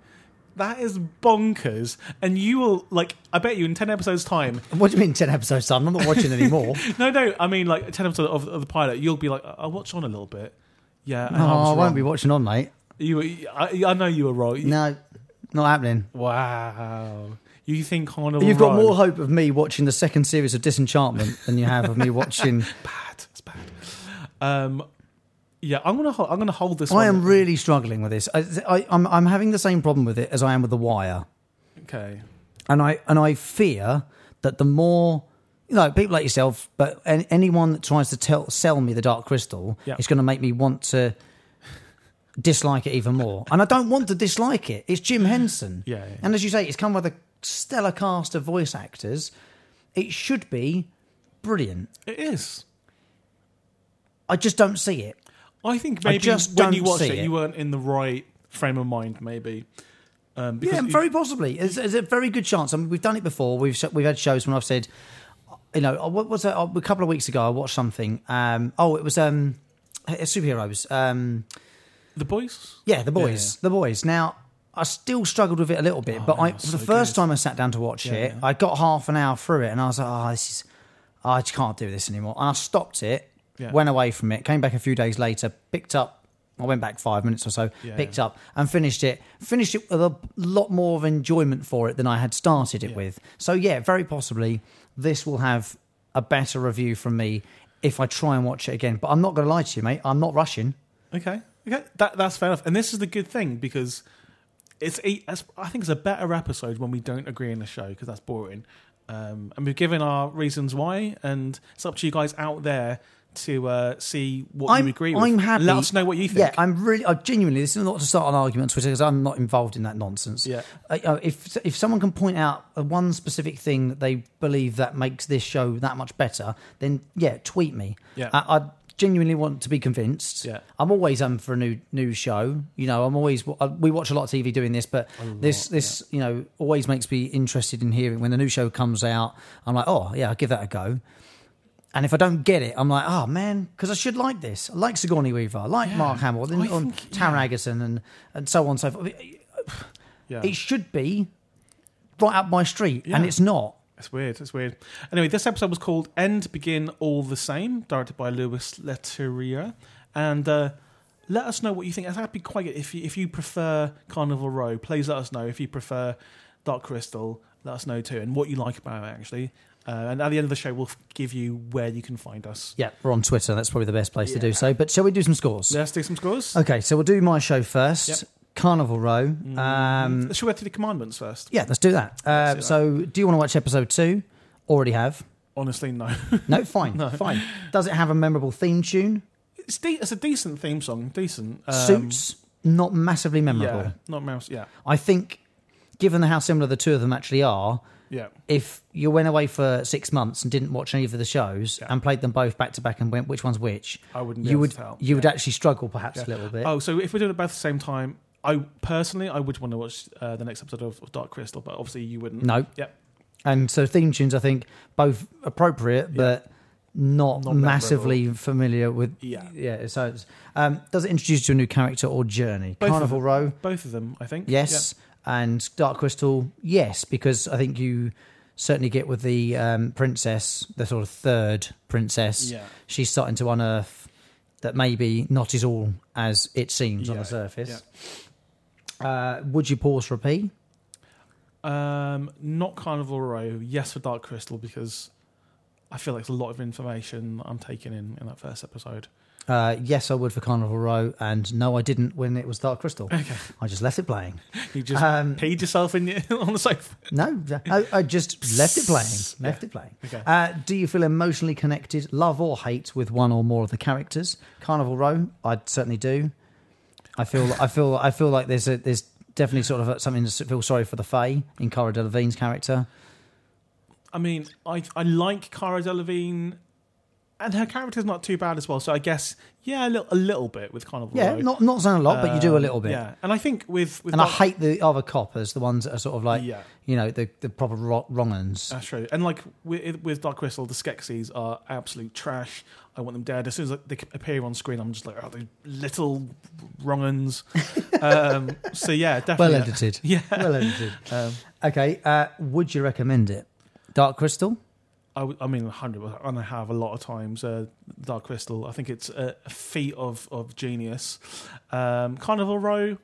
[SPEAKER 3] That is bonkers, and you will like. I bet you in ten
[SPEAKER 2] [laughs]
[SPEAKER 3] episodes' time,
[SPEAKER 2] What do you mean ten episodes? Time? I'm not watching
[SPEAKER 3] [laughs]
[SPEAKER 2] anymore.
[SPEAKER 3] No, no. I mean, like ten episodes of, of the pilot, you'll be like, "I'll watch on a little bit." Yeah, and
[SPEAKER 2] oh,
[SPEAKER 3] I, was
[SPEAKER 2] I
[SPEAKER 3] wrong.
[SPEAKER 2] won't be watching on, mate.
[SPEAKER 3] You, were- I, I know you were wrong.
[SPEAKER 2] No, not happening.
[SPEAKER 3] Wow, you think Carnival?
[SPEAKER 2] You've got
[SPEAKER 3] Row-
[SPEAKER 2] more hope of me watching the second series of Disenchantment than you have of me watching.
[SPEAKER 3] bad. It's bad. Um, yeah, I'm gonna, hol- I'm gonna hold
[SPEAKER 2] [laughs]
[SPEAKER 3] this.
[SPEAKER 2] I
[SPEAKER 3] one.
[SPEAKER 2] am really struggling with this. I, I, I'm, I'm having the same problem with it as I am with The Wire,
[SPEAKER 3] okay.
[SPEAKER 2] and I and I fear that the more you know, people like yourself, but an, anyone that tries to tell sell me the Dark Crystal
[SPEAKER 3] Yeah.
[SPEAKER 2] is going to make me want to dislike it even more, and I don't want to dislike it. It's Jim Henson,
[SPEAKER 3] Yeah, yeah.
[SPEAKER 2] and as you say, it's come with a stellar cast of voice actors. It should be brilliant.
[SPEAKER 3] It is.
[SPEAKER 2] I just don't see it.
[SPEAKER 3] I think
[SPEAKER 2] I
[SPEAKER 3] maybe
[SPEAKER 2] just
[SPEAKER 3] when you
[SPEAKER 2] don't
[SPEAKER 3] watched
[SPEAKER 2] see
[SPEAKER 3] it,
[SPEAKER 2] it.
[SPEAKER 3] you weren't in the right frame of mind, maybe. Um, because
[SPEAKER 2] yeah,
[SPEAKER 3] you-
[SPEAKER 2] very possibly. It's, it's a very good chance. I mean, we've done it before. We've sh- we've had shows when I've said, you know, what was it? A couple of weeks ago, I watched something. Um, oh, it was um, uh, superheroes. Um,
[SPEAKER 3] the boys.
[SPEAKER 2] yeah, the boys, the boys. Now. I still struggled with it a little bit, but
[SPEAKER 3] man,
[SPEAKER 2] I,
[SPEAKER 3] that's
[SPEAKER 2] for the
[SPEAKER 3] Oh, so
[SPEAKER 2] first
[SPEAKER 3] good.
[SPEAKER 2] time I sat down to watch
[SPEAKER 3] Yeah,
[SPEAKER 2] it,
[SPEAKER 3] yeah.
[SPEAKER 2] I got half an hour through it, and I was like, "Oh, this is, I just can't do this anymore." And I stopped it,
[SPEAKER 3] Yeah.
[SPEAKER 2] went away from it, came back a few days later, picked up. I went back five minutes or so,
[SPEAKER 3] Yeah,
[SPEAKER 2] picked
[SPEAKER 3] yeah.
[SPEAKER 2] up and finished it. Finished it with a lot more of enjoyment for it than I had started it
[SPEAKER 3] Yeah.
[SPEAKER 2] with. So yeah, very possibly this will have a better review from me if I try and watch it again. But I'm not going to lie to you, mate. I'm not rushing.
[SPEAKER 3] Okay, okay, that that's fair enough. And this is the good thing because it's a, as- I think it's a better episode when we don't agree in the show because that's boring. Um, and we've given our reasons why, and it's up to you guys out there to uh, see what
[SPEAKER 2] I'm,
[SPEAKER 3] you agree with.
[SPEAKER 2] I'm happy.
[SPEAKER 3] Let us know what you think.
[SPEAKER 2] Yeah, I'm really, I genuinely, this is not to start an argument on Twitter because I'm not involved in that nonsense.
[SPEAKER 3] Yeah.
[SPEAKER 2] Uh, you know, if, if someone can point out uh, one specific thing that they believe that makes this show that much better, then yeah, tweet me.
[SPEAKER 3] Yeah.
[SPEAKER 2] I, I genuinely want to be convinced.
[SPEAKER 3] Yeah.
[SPEAKER 2] I'm always um for a new new show. You know, I'm always I- we watch a lot of TV doing this, but this this you know always makes me interested in hearing when the new show comes out. I'm like, oh yeah, I'll give that a go. And if I don't get it, I'm like, oh man, because I should like this. I like Sigourney Weaver, I like Mark Hamill, then
[SPEAKER 3] I
[SPEAKER 2] on
[SPEAKER 3] think-
[SPEAKER 2] Taron Egerton, and and so on and so forth.
[SPEAKER 3] yeah.
[SPEAKER 2] It should be right up my street, and
[SPEAKER 3] Yeah.
[SPEAKER 2] it's not.
[SPEAKER 3] It's weird. It's weird. Anyway, this episode was called "End Begin All the Same," directed by Louis Leterrier, and uh, let us know what you think. It's happy quite good. if you, if you prefer Carnival Row. Please let us know if you prefer Dark Crystal. Let us know too, and what you like about it actually. Uh, and at the end of the show, we'll f- give you where you can find us.
[SPEAKER 2] Yeah, we're on Twitter. That's probably the best place to do so. But shall we do some scores?
[SPEAKER 3] Let's do some scores.
[SPEAKER 2] Okay, so we'll do my show first.
[SPEAKER 3] Yep. Mm-hmm.
[SPEAKER 2] Carnival Row. Um,
[SPEAKER 3] Should we do the commandments first?
[SPEAKER 2] Yeah, let's do that. Uh,
[SPEAKER 3] do that.
[SPEAKER 2] so, do you want to watch episode two? Already have.
[SPEAKER 3] Honestly, [laughs] no.
[SPEAKER 2] No, fine, fine. Does it have a memorable theme tune?
[SPEAKER 3] it's, de- it's a decent theme song. Decent. Um,
[SPEAKER 2] Suits. Not massively memorable.
[SPEAKER 3] Yeah. Not mouse. Yeah.
[SPEAKER 2] I think, given how similar the two of them actually are,
[SPEAKER 3] Yeah.
[SPEAKER 2] if you went away for six months and didn't watch any of the shows and played them both back to back and went which one's which,
[SPEAKER 3] I wouldn't be
[SPEAKER 2] you
[SPEAKER 3] able
[SPEAKER 2] would
[SPEAKER 3] to tell.
[SPEAKER 2] you would actually struggle perhaps a little bit.
[SPEAKER 3] Oh, so if we're doing it both at the same time, I personally I would want to watch uh, the next episode of, of Dark Crystal, but obviously you wouldn't.
[SPEAKER 2] No.
[SPEAKER 3] Yep.
[SPEAKER 2] And so theme tunes, I think, both appropriate but not,
[SPEAKER 3] Not
[SPEAKER 2] massively familiar with.
[SPEAKER 3] Yeah.
[SPEAKER 2] yeah. So, it's, um, does it introduce you to a new character or journey?
[SPEAKER 3] Both of
[SPEAKER 2] Carnival
[SPEAKER 3] them.
[SPEAKER 2] Row,
[SPEAKER 3] Both of them, I think.
[SPEAKER 2] yes, and Dark Crystal, yes, because I think you certainly get with the um, princess, the sort of third princess.
[SPEAKER 3] Yeah.
[SPEAKER 2] She's starting to unearth that maybe not is all as it seems on
[SPEAKER 3] Yeah,
[SPEAKER 2] the surface. Uh, would you pause for a pee?
[SPEAKER 3] Yeah. Um, not Carnival Row. Yes, for Dark Crystal because I feel like it's a lot of information I'm taking in in that first episode.
[SPEAKER 2] Uh, yes, I would for Carnival Row, and no, I didn't when it was Dark Crystal.
[SPEAKER 3] Okay.
[SPEAKER 2] I just left it playing.
[SPEAKER 3] You just
[SPEAKER 2] Um,
[SPEAKER 3] peed yourself in your, [laughs] on the sofa.
[SPEAKER 2] No, I, I just left it
[SPEAKER 3] [laughs]
[SPEAKER 2] playing. Left it playing.
[SPEAKER 3] Okay.
[SPEAKER 2] Uh, do you feel emotionally connected, love or hate, with one or more of the characters? Carnival Row, I certainly do. I feel, I feel, I feel like there's a, there's definitely sort of something to feel sorry for the Fae in Cara Delevingne's character.
[SPEAKER 3] I mean, I I like Cara Delevingne, and her character's not too bad as well. So I guess yeah, a little, a little bit with Carnival
[SPEAKER 2] Yeah,
[SPEAKER 3] Row.
[SPEAKER 2] not not saying a lot, but you do a
[SPEAKER 3] Um,
[SPEAKER 2] little bit.
[SPEAKER 3] Yeah, and I think with with
[SPEAKER 2] And I
[SPEAKER 3] Dark-
[SPEAKER 2] hate the other coppers, the ones that are sort of like,
[SPEAKER 3] Yeah. Uh,
[SPEAKER 2] you know, the, the proper ro- wrong uns.
[SPEAKER 3] That's true. And like with, with Dark Crystal, the Skeksis are absolute trash. I want them dead. As soon as like, they appear on screen, I'm just like, oh, they little wrong-uns. um, so yeah, definitely.
[SPEAKER 2] Well edited.
[SPEAKER 3] Yeah.
[SPEAKER 2] Well edited. Um, okay. Uh, would you recommend it? Dark Crystal?
[SPEAKER 3] I, would- I mean, 100, and I have a lot of times. Uh, Dark Crystal, I think it's a, a feat of, of genius. Um, Carnival Row,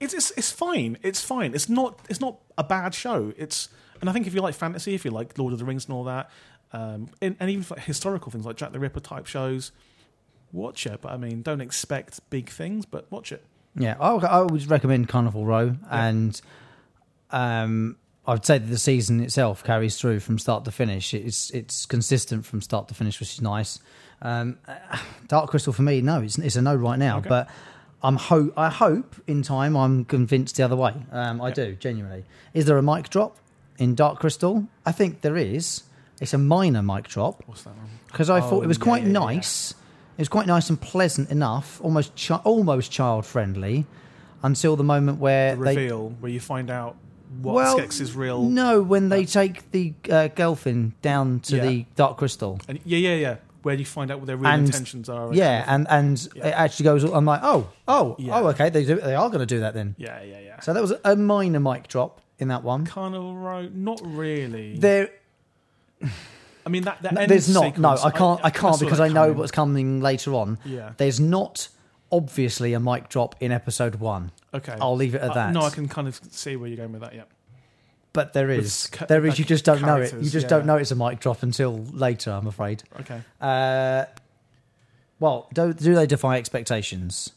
[SPEAKER 3] it's, it's it's fine. It's fine. It's not it's not a bad show. It's and I think if you like fantasy, if you like Lord of the Rings and all that, um, and, and even for historical things like Jack the Ripper type shows, watch it. But I mean, don't expect big things, but watch it.
[SPEAKER 2] Yeah. I, would- I would recommend Carnival Row. And um, I would say that the season itself carries through from start to finish. It's, it's consistent from start to finish, which is nice. Um, [sighs] Dark Crystal for me, no, it's, it's a no right now.
[SPEAKER 3] Okay.
[SPEAKER 2] But I'm ho- I hope in time I'm convinced the other way. Um, I do genuinely. Is there a mic drop in Dark Crystal? I think there is. It's a minor mic drop
[SPEAKER 3] What's that? One?
[SPEAKER 2] because I thought it was
[SPEAKER 3] Oh, yeah,
[SPEAKER 2] quite
[SPEAKER 3] yeah, yeah.
[SPEAKER 2] nice. It was quite nice and pleasant enough, almost chi- almost child friendly, until the moment where
[SPEAKER 3] The
[SPEAKER 2] they
[SPEAKER 3] reveal where you find out what Skex is real.
[SPEAKER 2] No, when they take the uh, Gelfin down to
[SPEAKER 3] Yeah.
[SPEAKER 2] the Dark Crystal.
[SPEAKER 3] And, yeah, yeah, yeah. Where you find out what their real
[SPEAKER 2] And-
[SPEAKER 3] intentions are. and
[SPEAKER 2] Yeah, and and
[SPEAKER 3] Oh, Yeah.
[SPEAKER 2] it actually goes. I'm like, oh, oh,
[SPEAKER 3] Yeah.
[SPEAKER 2] oh, okay. They do, they are going to do that then.
[SPEAKER 3] Yeah, yeah, yeah.
[SPEAKER 2] So that was a minor mic drop in that one.
[SPEAKER 3] Carnival Row, not really.
[SPEAKER 2] There,
[SPEAKER 3] I mean, that, that
[SPEAKER 2] no,
[SPEAKER 3] end
[SPEAKER 2] there's not. No,
[SPEAKER 3] sequence,
[SPEAKER 2] I can't. I, can't
[SPEAKER 3] saw
[SPEAKER 2] because
[SPEAKER 3] that
[SPEAKER 2] I know
[SPEAKER 3] coming.
[SPEAKER 2] what's coming later on.
[SPEAKER 3] Yeah.
[SPEAKER 2] There's not obviously a mic drop in episode one,
[SPEAKER 3] Okay,
[SPEAKER 2] I'll leave it at
[SPEAKER 3] Uh,
[SPEAKER 2] that.
[SPEAKER 3] no, I can kind of see where you're going with that. Yeah,
[SPEAKER 2] but there
[SPEAKER 3] With
[SPEAKER 2] is.
[SPEAKER 3] ca-
[SPEAKER 2] there is.
[SPEAKER 3] like
[SPEAKER 2] You just don't know it. You
[SPEAKER 3] characters,
[SPEAKER 2] just
[SPEAKER 3] yeah.
[SPEAKER 2] don't know it's a mic drop until later. I'm afraid.
[SPEAKER 3] okay.
[SPEAKER 2] Uh, well, do, do they defy expectations?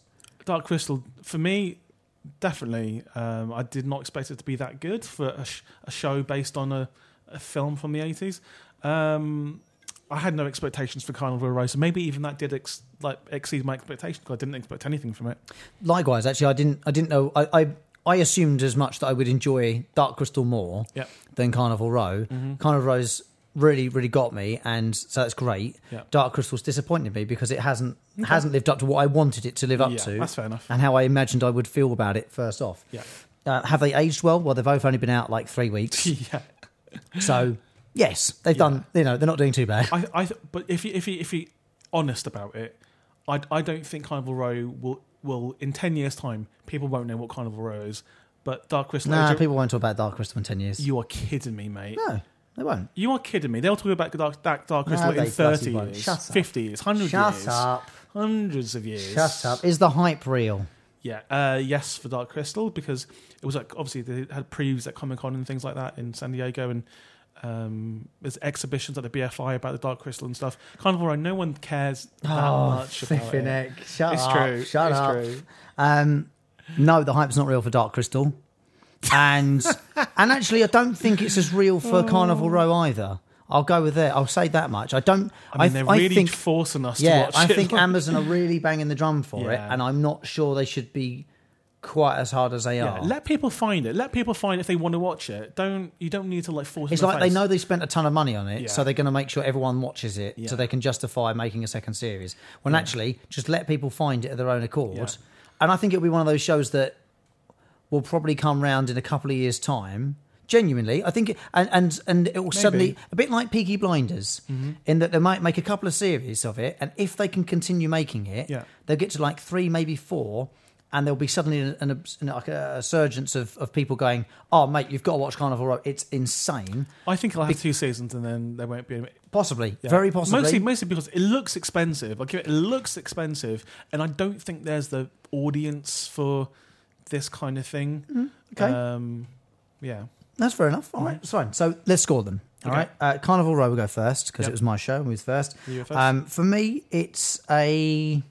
[SPEAKER 3] Dark Crystal for me, definitely. Um, I did not expect it to be that good for a, sh- a show based on a, a film from the 80s. Um, I had no expectations for Carnival Row, so maybe even that did ex- like exceed my expectations 'cause I didn't expect anything from it.
[SPEAKER 2] Likewise, actually, I didn't. I didn't know. I, I I assumed as much that I would enjoy Dark Crystal more
[SPEAKER 3] Yep.
[SPEAKER 2] than Carnival Row.
[SPEAKER 3] Mm-hmm.
[SPEAKER 2] Carnival Row's really, really got me, and so that's great.
[SPEAKER 3] Yeah.
[SPEAKER 2] Dark Crystal's disappointed me because it hasn't hasn't lived up to what I wanted it to live up
[SPEAKER 3] Yeah,
[SPEAKER 2] to.
[SPEAKER 3] that's fair enough.
[SPEAKER 2] And how I imagined I would feel about it first off.
[SPEAKER 3] Yeah. [laughs]
[SPEAKER 2] Uh, have they aged well? Well, they've both only been out like three
[SPEAKER 3] [laughs]
[SPEAKER 2] weeks,
[SPEAKER 3] yeah.
[SPEAKER 2] so yes, they've done. You know, they're not doing too bad.
[SPEAKER 3] I, I, but if you, if you, if you honest about it, I, I don't think Carnival Row will, will in ten years' time, people won't know what Carnival Row is. But Dark Crystal,
[SPEAKER 2] nah,
[SPEAKER 3] Age of-
[SPEAKER 2] people won't talk about Dark Crystal in ten years.
[SPEAKER 3] you are kidding me, mate.
[SPEAKER 2] no, they won't.
[SPEAKER 3] You are kidding me. They'll talk about Dark, Dark, Dark
[SPEAKER 2] No,
[SPEAKER 3] Crystal
[SPEAKER 2] they
[SPEAKER 3] in
[SPEAKER 2] bloody
[SPEAKER 3] thirty
[SPEAKER 2] won't.
[SPEAKER 3] years,
[SPEAKER 2] Shut up.
[SPEAKER 3] fifty years, hundred
[SPEAKER 2] Shut
[SPEAKER 3] years,
[SPEAKER 2] up.
[SPEAKER 3] hundreds of years.
[SPEAKER 2] Shut up. Is the hype real?
[SPEAKER 3] Yeah, uh, yes for Dark Crystal because it was like obviously they had previews at Comic Con and things like that in San Diego and um, there's exhibitions at the BFI about the Dark Crystal and stuff. Carnival Row, no one cares that much about
[SPEAKER 2] Oh, flipping
[SPEAKER 3] it.
[SPEAKER 2] heck. Shut
[SPEAKER 3] It's
[SPEAKER 2] up.
[SPEAKER 3] true.
[SPEAKER 2] Shut
[SPEAKER 3] It's
[SPEAKER 2] up.
[SPEAKER 3] true.
[SPEAKER 2] Um, no, the hype's not real for Dark Crystal,
[SPEAKER 3] [laughs]
[SPEAKER 2] and and actually, I don't think it's as real for
[SPEAKER 3] Oh.
[SPEAKER 2] Carnival Row either. I'll go with that. I'll say that much. I don't.
[SPEAKER 3] I
[SPEAKER 2] th-
[SPEAKER 3] mean, they're really
[SPEAKER 2] think.
[SPEAKER 3] forcing us to
[SPEAKER 2] yeah,
[SPEAKER 3] watch
[SPEAKER 2] I
[SPEAKER 3] it. [laughs]
[SPEAKER 2] think Amazon are really banging the drum for it,
[SPEAKER 3] Yeah.
[SPEAKER 2] and I'm not sure they should be quite as hard as they
[SPEAKER 3] yeah,
[SPEAKER 2] are.
[SPEAKER 3] let people find it. Let people find it if they want to watch it. Don't you don't need to like force. it
[SPEAKER 2] it's
[SPEAKER 3] in
[SPEAKER 2] like
[SPEAKER 3] their
[SPEAKER 2] they
[SPEAKER 3] face.
[SPEAKER 2] know they spent a ton of money on it,
[SPEAKER 3] Yeah.
[SPEAKER 2] so they're going to make sure everyone watches it, so
[SPEAKER 3] Yeah.
[SPEAKER 2] they can justify making a second series. When actually, just let people find it at their own accord.
[SPEAKER 3] Yeah.
[SPEAKER 2] And I think it'll be one of those shows that will probably come round in a couple of years' time. Genuinely, I think, it- and and and it will suddenly a bit like Peaky Blinders,
[SPEAKER 3] Mm-hmm.
[SPEAKER 2] in that they might make a couple of series of it, and if they can continue making it,
[SPEAKER 3] Yeah.
[SPEAKER 2] they'll get to like three, maybe four, and there'll be suddenly an, an, obs- an like a, a surgence of, of people going, "Oh, mate, you've got to watch Carnival Row. It's insane."
[SPEAKER 3] I think I'll have two seasons and then there won't be.
[SPEAKER 2] Possibly,
[SPEAKER 3] Yeah.
[SPEAKER 2] very possibly.
[SPEAKER 3] Mostly, mostly because it looks expensive. Like it looks expensive, and I don't think there's the audience for this kind of thing.
[SPEAKER 2] Mm-hmm. okay.
[SPEAKER 3] Um, yeah.
[SPEAKER 2] That's fair enough. All right, it's fine. So let's score them. All
[SPEAKER 3] Okay.
[SPEAKER 2] right, uh, Carnival Row will go first because
[SPEAKER 3] Yep.
[SPEAKER 2] it was my show and we was first.
[SPEAKER 3] You go first.
[SPEAKER 2] Um, for me, it's a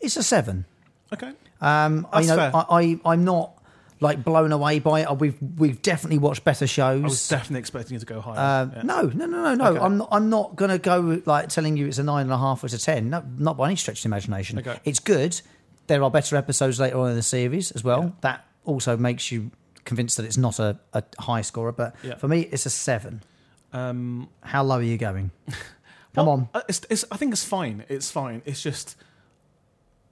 [SPEAKER 2] it's a seven.
[SPEAKER 3] Okay.
[SPEAKER 2] Um, I,
[SPEAKER 3] That's
[SPEAKER 2] know,
[SPEAKER 3] fair.
[SPEAKER 2] I, I I'm not like blown away by it. We've we've definitely watched better shows.
[SPEAKER 3] I was Oh, definitely expecting you to go higher.
[SPEAKER 2] Uh,
[SPEAKER 3] Yeah.
[SPEAKER 2] No, no, no, no, no.
[SPEAKER 3] Okay.
[SPEAKER 2] I'm not, I'm not going to go like telling you it's a nine and a half or it's a ten. No, not by any stretch of the imagination.
[SPEAKER 3] Okay.
[SPEAKER 2] It's good. There are better episodes later on in the series as well. That also makes you convinced that it's not a, a high scorer. But
[SPEAKER 3] Yeah.
[SPEAKER 2] for me, it's a seven.
[SPEAKER 3] Um,
[SPEAKER 2] How low are you
[SPEAKER 3] [laughs]
[SPEAKER 2] going? Come
[SPEAKER 3] well,
[SPEAKER 2] on.
[SPEAKER 3] uh, It's, it's, I think it's fine. It's fine. It's just,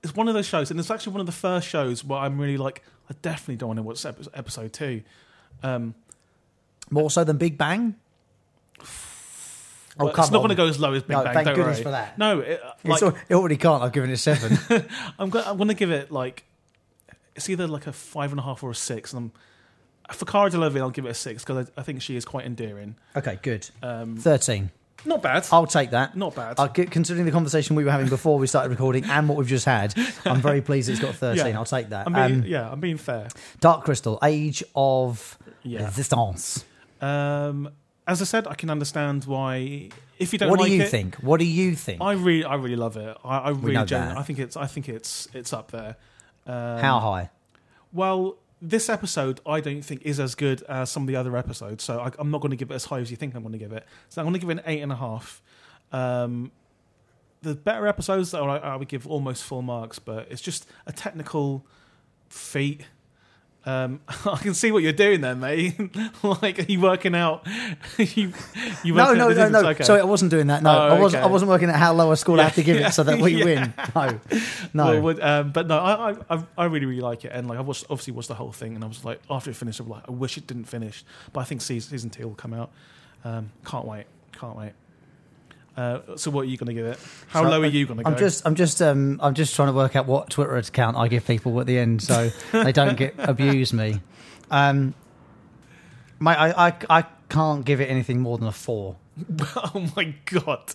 [SPEAKER 3] it's one of those shows, and it's actually one of the first shows where I'm really like, I definitely don't want to watch epi- episode two. Um,
[SPEAKER 2] More so than Big Bang. Oh
[SPEAKER 3] but
[SPEAKER 2] come
[SPEAKER 3] it's not
[SPEAKER 2] on!
[SPEAKER 3] going to go as low as Big
[SPEAKER 2] No,
[SPEAKER 3] Bang.
[SPEAKER 2] thank
[SPEAKER 3] don't
[SPEAKER 2] goodness
[SPEAKER 3] worry.
[SPEAKER 2] for that.
[SPEAKER 3] No, it, uh,
[SPEAKER 2] It's
[SPEAKER 3] like,
[SPEAKER 2] al- it already can't. I've given it a
[SPEAKER 3] [laughs]
[SPEAKER 2] seven.
[SPEAKER 3] I'm going. I'm going to give it like it's either like a five and a half or a six. And I'm, for Cara Delevingne, I'll give it a six because I, I think she is quite endearing.
[SPEAKER 2] okay, good.
[SPEAKER 3] Um,
[SPEAKER 2] Thirteen.
[SPEAKER 3] not bad.
[SPEAKER 2] I'll take that.
[SPEAKER 3] not bad.
[SPEAKER 2] Uh, c- considering the conversation we were having before we started recording and what we've just had, I'm
[SPEAKER 3] [laughs]
[SPEAKER 2] very pleased it's got 13.
[SPEAKER 3] Yeah.
[SPEAKER 2] I'll take that.
[SPEAKER 3] I'm being,
[SPEAKER 2] Um,
[SPEAKER 3] yeah, I'm being fair.
[SPEAKER 2] Dark Crystal, Age of
[SPEAKER 3] Yeah.
[SPEAKER 2] Resistance.
[SPEAKER 3] Um, as I said, I can understand why if you don't
[SPEAKER 2] What
[SPEAKER 3] like
[SPEAKER 2] do you
[SPEAKER 3] it,
[SPEAKER 2] think? What do you think?
[SPEAKER 3] I really, I really love it. I, I
[SPEAKER 2] know
[SPEAKER 3] really,
[SPEAKER 2] that.
[SPEAKER 3] genuinely, I think it's, I think it's, it's up there. Um,
[SPEAKER 2] How high?
[SPEAKER 3] Well, this episode I don't think is as good as some of the other episodes, so I, I'm not going to give it as high as you think I'm going to give it. So I'm going to give it an eight and a half. Um, the better episodes, though, I, I would give almost full marks, but it's just a technical feat. Um, [laughs] I can see what you're doing there, mate. [laughs] like, are you working out? [laughs] you,
[SPEAKER 2] No,
[SPEAKER 3] you working
[SPEAKER 2] no,
[SPEAKER 3] out the
[SPEAKER 2] no, no.
[SPEAKER 3] difference? Okay.
[SPEAKER 2] Sorry, I wasn't doing that. No,
[SPEAKER 3] Oh,
[SPEAKER 2] I wasn't. I
[SPEAKER 3] okay.
[SPEAKER 2] wasn't working at how low a score I have to give it so that we
[SPEAKER 3] [laughs] Yeah.
[SPEAKER 2] win. No, no.
[SPEAKER 3] Well, would- um, but no, I, I I- I really really like it, and like I watched obviously watched the whole thing, and I was like after it finished, I'm like I wish it didn't finish, but I think season, season two will come out. Um, can't wait, can't wait. Uh, so what are you going to give it? How
[SPEAKER 2] So
[SPEAKER 3] low
[SPEAKER 2] I-
[SPEAKER 3] are you going to go?
[SPEAKER 2] I'm just, I'm just, um, I'm just trying to work out what Twitter account I give people at the end, so they don't
[SPEAKER 3] [laughs]
[SPEAKER 2] get abuse me. Um, my, I, I, I can't give it anything more than a four.
[SPEAKER 3] [laughs] oh my god,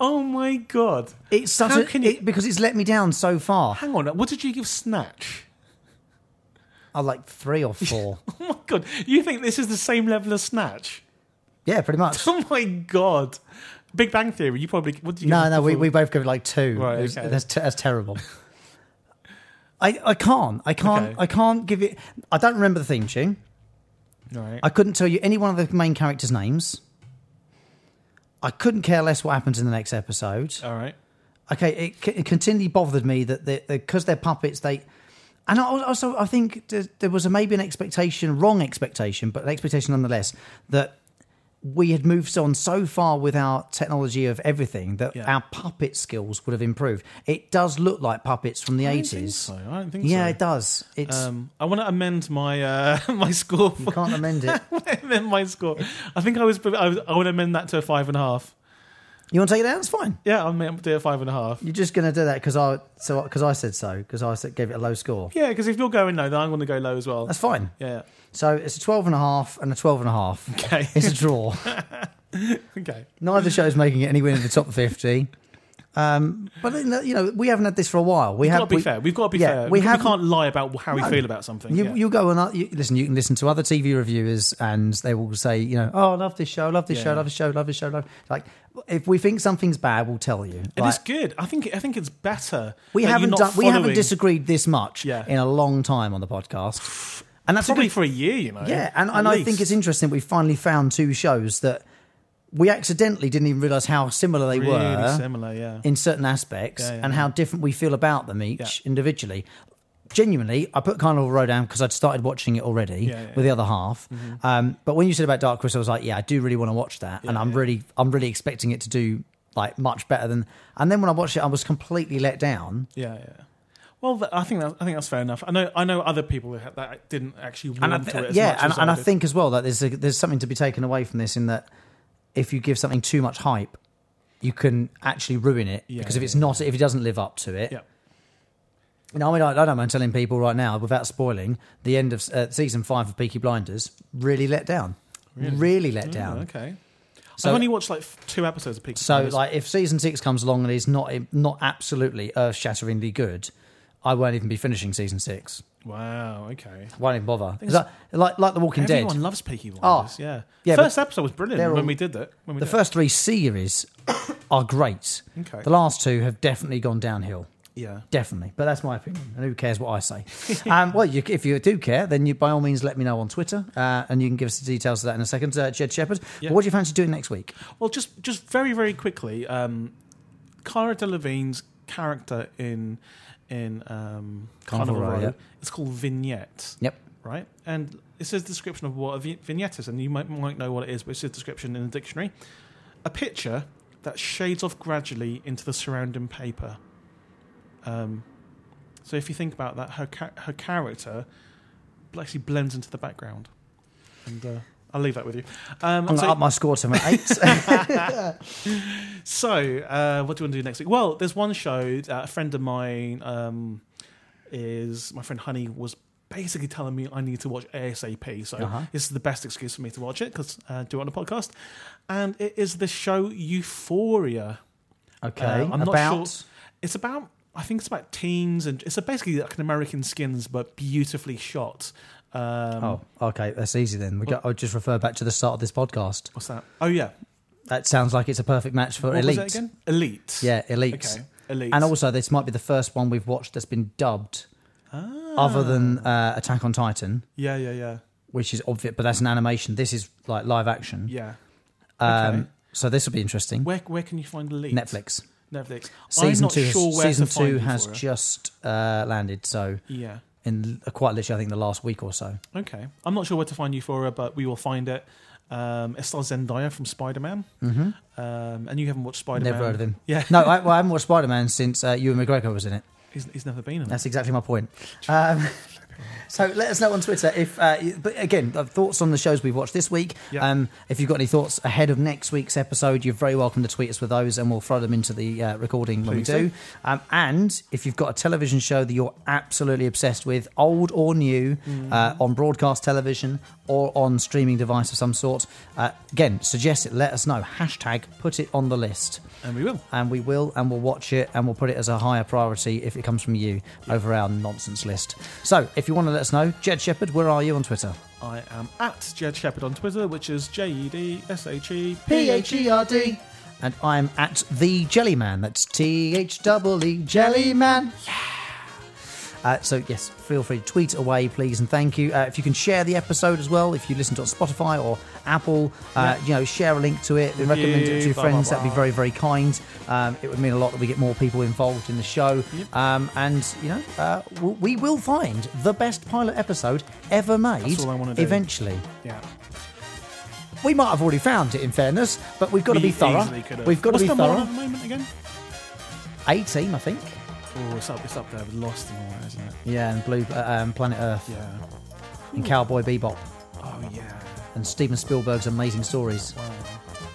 [SPEAKER 3] oh my god!
[SPEAKER 2] It's such
[SPEAKER 3] How
[SPEAKER 2] a
[SPEAKER 3] can you-
[SPEAKER 2] it- because it's let me down so far.
[SPEAKER 3] Hang on, what did you give Snatch? [laughs]
[SPEAKER 2] I like three or four.
[SPEAKER 3] Oh my god, you think this is the same level as Snatch? [laughs]
[SPEAKER 2] yeah, pretty much.
[SPEAKER 3] Oh my god, Big Bang Theory. You probably what did you?
[SPEAKER 2] No,
[SPEAKER 3] give
[SPEAKER 2] no, we,
[SPEAKER 3] before-
[SPEAKER 2] we both give it like two.
[SPEAKER 3] Right,
[SPEAKER 2] It was-
[SPEAKER 3] okay.
[SPEAKER 2] that's, te- that's
[SPEAKER 3] [laughs]
[SPEAKER 2] terrible. I, I can't, I can't,
[SPEAKER 3] Okay.
[SPEAKER 2] I can't give it. I don't remember the theme tune.
[SPEAKER 3] All right.
[SPEAKER 2] I couldn't tell you any one of the main characters' names. I couldn't care less what happens in the next episode.
[SPEAKER 3] All right.
[SPEAKER 2] Okay, it, c- it continually bothered me that because they, because they're puppets, they. And I al- also, I think there, there was a, maybe an expectation, wrong expectation, but an expectation nonetheless, that we had moved on so far with our technology of everything that
[SPEAKER 3] Yeah.
[SPEAKER 2] our puppet skills would have improved. It does look like puppets from the
[SPEAKER 3] I don't think
[SPEAKER 2] 80s.
[SPEAKER 3] so. I don't think
[SPEAKER 2] Yeah,
[SPEAKER 3] so.
[SPEAKER 2] it does. It's,
[SPEAKER 3] Um, I want to amend my uh, [laughs] my score.
[SPEAKER 2] you
[SPEAKER 3] For, [laughs]
[SPEAKER 2] can't amend it.
[SPEAKER 3] amend my score. I think I was. I, was, I want to amend that to a five and a half.
[SPEAKER 2] You want to take it out? It's fine.
[SPEAKER 3] Yeah, I'm gonna do a five and a half.
[SPEAKER 2] You're just going to do that because I so because I said so because I said, gave it a low score.
[SPEAKER 3] Yeah, because if you're going low, then I'm going to go low as well.
[SPEAKER 2] That's fine.
[SPEAKER 3] yeah.
[SPEAKER 2] So it's a 12 and a half and a 12 and a half.
[SPEAKER 3] Okay.
[SPEAKER 2] [laughs]
[SPEAKER 3] [laughs]
[SPEAKER 2] It's a draw.
[SPEAKER 3] okay.
[SPEAKER 2] Neither show's making it anywhere in the top 50. Um, but you know we haven't had this for a while. We
[SPEAKER 3] We've
[SPEAKER 2] have
[SPEAKER 3] got to be
[SPEAKER 2] we-
[SPEAKER 3] fair. We've got to be
[SPEAKER 2] yeah,
[SPEAKER 3] fair.
[SPEAKER 2] we
[SPEAKER 3] We, we
[SPEAKER 2] haven't-
[SPEAKER 3] can't lie about how we
[SPEAKER 2] No.
[SPEAKER 3] feel about something.
[SPEAKER 2] You,
[SPEAKER 3] yeah.
[SPEAKER 2] You'll go and you, listen. You can listen to other TV reviewers, and they will say, you know, oh, I love this show, love this show,
[SPEAKER 3] Yeah.
[SPEAKER 2] love this show, love this show, love. Like, if we think something's bad, we'll tell you.
[SPEAKER 3] It
[SPEAKER 2] Like,
[SPEAKER 3] is good. I think I think it's better.
[SPEAKER 2] we
[SPEAKER 3] that you're
[SPEAKER 2] haven't
[SPEAKER 3] not
[SPEAKER 2] done, we haven't
[SPEAKER 3] following-
[SPEAKER 2] disagreed this much
[SPEAKER 3] Yeah.
[SPEAKER 2] in a long time on the podcast, and that's a
[SPEAKER 3] probably
[SPEAKER 2] good-
[SPEAKER 3] for a year. You know.
[SPEAKER 2] Yeah, and,
[SPEAKER 3] at
[SPEAKER 2] and I
[SPEAKER 3] least.
[SPEAKER 2] think it's interesting we finally found two shows that we accidentally didn't even realise how similar they
[SPEAKER 3] really
[SPEAKER 2] were
[SPEAKER 3] similar. Yeah.
[SPEAKER 2] in certain aspects
[SPEAKER 3] Yeah, yeah,
[SPEAKER 2] and
[SPEAKER 3] yeah.
[SPEAKER 2] how different we feel about them each individually. Genuinely, I put Carnival Row down because I'd started watching it already
[SPEAKER 3] Yeah, yeah,
[SPEAKER 2] with the other half. Um, but when you said about Dark Crystal, I was like, yeah, I do really want to watch that, and I'm
[SPEAKER 3] yeah.
[SPEAKER 2] really, I'm really expecting it to do like much better than. And then when I watched it, I was completely let down.
[SPEAKER 3] Yeah, yeah. Well, th- I think that's, I think that's fair enough. I know I know other people that, ha- that didn't actually warm
[SPEAKER 2] and I
[SPEAKER 3] to
[SPEAKER 2] th-
[SPEAKER 3] it. As
[SPEAKER 2] yeah,
[SPEAKER 3] much
[SPEAKER 2] and,
[SPEAKER 3] as
[SPEAKER 2] and I
[SPEAKER 3] did.
[SPEAKER 2] think as well that there's a, there's something to be taken away from this in that if you give something too much hype, you can actually ruin it
[SPEAKER 3] Yeah,
[SPEAKER 2] because if
[SPEAKER 3] yeah,
[SPEAKER 2] it's not if it doesn't live up to it.
[SPEAKER 3] Yeah.
[SPEAKER 2] You know, I mean, I, I don't mind telling people right now without spoiling the end of uh, season five of Peaky Blinders. Really let down, really,
[SPEAKER 3] Really?
[SPEAKER 2] let
[SPEAKER 3] Oh,
[SPEAKER 2] down.
[SPEAKER 3] okay,
[SPEAKER 2] Um, So-
[SPEAKER 3] I've only watched like f- two episodes of Peaky
[SPEAKER 2] So,
[SPEAKER 3] Blinders.
[SPEAKER 2] like, if season six comes along and is not not absolutely earth shatteringly good, I won't even be finishing season six.
[SPEAKER 3] wow, okay.
[SPEAKER 2] Won't even bother.
[SPEAKER 3] think
[SPEAKER 2] Like, like, like The Walking Dead. Oh.
[SPEAKER 3] Everyone loves Peaky Blinders. yeah,
[SPEAKER 2] yeah,
[SPEAKER 3] First episode was brilliant
[SPEAKER 2] they're
[SPEAKER 3] when
[SPEAKER 2] all-
[SPEAKER 3] we did that. When we
[SPEAKER 2] The
[SPEAKER 3] did
[SPEAKER 2] first three series are great.
[SPEAKER 3] it. okay,
[SPEAKER 2] The last two have definitely gone downhill.
[SPEAKER 3] yeah,
[SPEAKER 2] Definitely. But that's my opinion. And who cares what I
[SPEAKER 3] [laughs]
[SPEAKER 2] say? um, well, you, if you do care, then you by all means let me know on Twitter. Uh, and you can give us the details of that in a second. Uh, Jed Shepherd,
[SPEAKER 3] Yeah.
[SPEAKER 2] what do you fancy doing next week?
[SPEAKER 3] Well, just just very very quickly, um, Cara Delevingne's character in in um,
[SPEAKER 2] Carnival
[SPEAKER 3] Carnival
[SPEAKER 2] Row,
[SPEAKER 3] Row,
[SPEAKER 2] yeah.
[SPEAKER 3] it's called Vignette.
[SPEAKER 2] Yep.
[SPEAKER 3] Right, and it says description of what a vi- vignette is, and you might might know what it is, but it says description in the dictionary: a picture that shades off gradually into the surrounding paper. Um, so if you think about that, her cha- her character actually blends into the background, and uh, I'll leave that with you.
[SPEAKER 2] I'm
[SPEAKER 3] Um,
[SPEAKER 2] going to
[SPEAKER 3] so-
[SPEAKER 2] up my score to an
[SPEAKER 3] [laughs]
[SPEAKER 2] eight.
[SPEAKER 3] Uh, so, uh, what do you want to do next week? Well, there's one show that a friend of mine um, is my friend Honey was basically telling me I need to watch ASAP. So
[SPEAKER 2] Uh-huh.
[SPEAKER 3] this is the best excuse for me to watch it because uh, do it on a podcast. And it is the show Euphoria.
[SPEAKER 2] okay.
[SPEAKER 3] Uh, I'm not
[SPEAKER 2] about.
[SPEAKER 3] sure- It's about I think it's about teens and it's basically like an American Skins but beautifully shot. Um,
[SPEAKER 2] Oh, okay. That's easy then. We go, I'll just refer back to the start of this podcast.
[SPEAKER 3] What's that? Oh yeah,
[SPEAKER 2] That sounds like it's a perfect match for
[SPEAKER 3] what
[SPEAKER 2] Elite.
[SPEAKER 3] was that again? Elite.
[SPEAKER 2] Yeah, Elite.
[SPEAKER 3] Okay. Elite.
[SPEAKER 2] And also, this might be the first one we've watched that's been dubbed
[SPEAKER 3] Ah.
[SPEAKER 2] other than uh, Attack on Titan.
[SPEAKER 3] yeah, yeah, yeah,
[SPEAKER 2] which is obvious, but that's an animation. This is like live action.
[SPEAKER 3] yeah.
[SPEAKER 2] Um,
[SPEAKER 3] okay.
[SPEAKER 2] So this will be interesting.
[SPEAKER 3] Where where can you find Elite?
[SPEAKER 2] Netflix
[SPEAKER 3] Netflix. I'm
[SPEAKER 2] season
[SPEAKER 3] not
[SPEAKER 2] two. has-
[SPEAKER 3] sure where
[SPEAKER 2] season
[SPEAKER 3] to find
[SPEAKER 2] two
[SPEAKER 3] it
[SPEAKER 2] has
[SPEAKER 3] for it.
[SPEAKER 2] just uh, landed. So
[SPEAKER 3] yeah.
[SPEAKER 2] in uh, quite literally, I think the last week or so.
[SPEAKER 3] Okay. I'm not sure where to find Euphoria, but we will find it. Um, it stars Zendaya from Spider Man,
[SPEAKER 2] Mm-hmm.
[SPEAKER 3] um, and you haven't watched Spider Man.
[SPEAKER 2] Never heard of him.
[SPEAKER 3] Yeah, [laughs]
[SPEAKER 2] No, I, well, I haven't watched Spider Man since uh, Ewan McGregor was in it.
[SPEAKER 3] he's, he's never been in. it.
[SPEAKER 2] That's exactly my point. Um, [laughs] so let us know on Twitter if, uh, you- but again, uh, thoughts on the shows we've watched this week.
[SPEAKER 3] Yeah.
[SPEAKER 2] Um, if you've got any thoughts ahead of next week's episode, you're very welcome to tweet us with those, and we'll throw them into the uh, recording when
[SPEAKER 3] Please
[SPEAKER 2] we do. Um, and if you've got a television show that you're absolutely obsessed with, old or new,
[SPEAKER 3] Mm.
[SPEAKER 2] uh, on broadcast television or on streaming device of some sort, uh, again, suggest it. Let us know. Hashtag put it on the list
[SPEAKER 3] And we will.
[SPEAKER 2] and we will and we'll watch it and we'll put it as a higher priority if it comes from you over our nonsense list so if you want to let us know jed shepherd where are you on twitter
[SPEAKER 3] I am at Jed Shepherd on Twitter, which is J E D S H E
[SPEAKER 2] p-h-e-r-d and i'm E at the jelly man that's t-h-e-e jelly man Uh, so, yes, feel free to tweet away, please, and thank you. Uh, if you can share the episode as well, if you listen to it on Spotify or Apple, uh, you know, share a link to it, recommend it to your
[SPEAKER 3] blah,
[SPEAKER 2] friends.
[SPEAKER 3] blah,
[SPEAKER 2] That'd be
[SPEAKER 3] blah.
[SPEAKER 2] very, very kind. Um, it would mean a lot that we get more people involved in the show. Um, and, you know, uh, we we will find the best pilot episode ever made
[SPEAKER 3] all I wanna do.
[SPEAKER 2] eventually.
[SPEAKER 3] Yeah.
[SPEAKER 2] We might have already found it, in fairness, but we've got to
[SPEAKER 3] We
[SPEAKER 2] be thorough.
[SPEAKER 3] easily could've.
[SPEAKER 2] We've got to
[SPEAKER 3] What's
[SPEAKER 2] be
[SPEAKER 3] the moral
[SPEAKER 2] thorough.
[SPEAKER 3] at the moment again?
[SPEAKER 2] 18, I think.
[SPEAKER 3] Oh, it's up, it's up there with Lost and all that, isn't it?
[SPEAKER 2] Yeah, and Blue uh, um, Planet Earth
[SPEAKER 3] Yeah.
[SPEAKER 2] and Cowboy Bebop
[SPEAKER 3] Oh, yeah.
[SPEAKER 2] and Steven Spielberg's amazing stories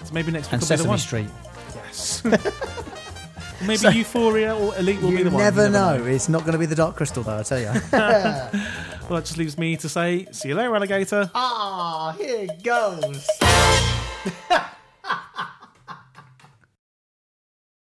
[SPEAKER 3] So maybe next week
[SPEAKER 2] and
[SPEAKER 3] will be the
[SPEAKER 2] Sesame
[SPEAKER 3] one.
[SPEAKER 2] Street.
[SPEAKER 3] Yes. [laughs] maybe Euphoria or Elite will be the one.
[SPEAKER 2] never know. It's not going to be the Dark Crystal, though. I tell you.
[SPEAKER 3] Well, that just leaves me to say, see you later, alligator.
[SPEAKER 2] ah, here goes.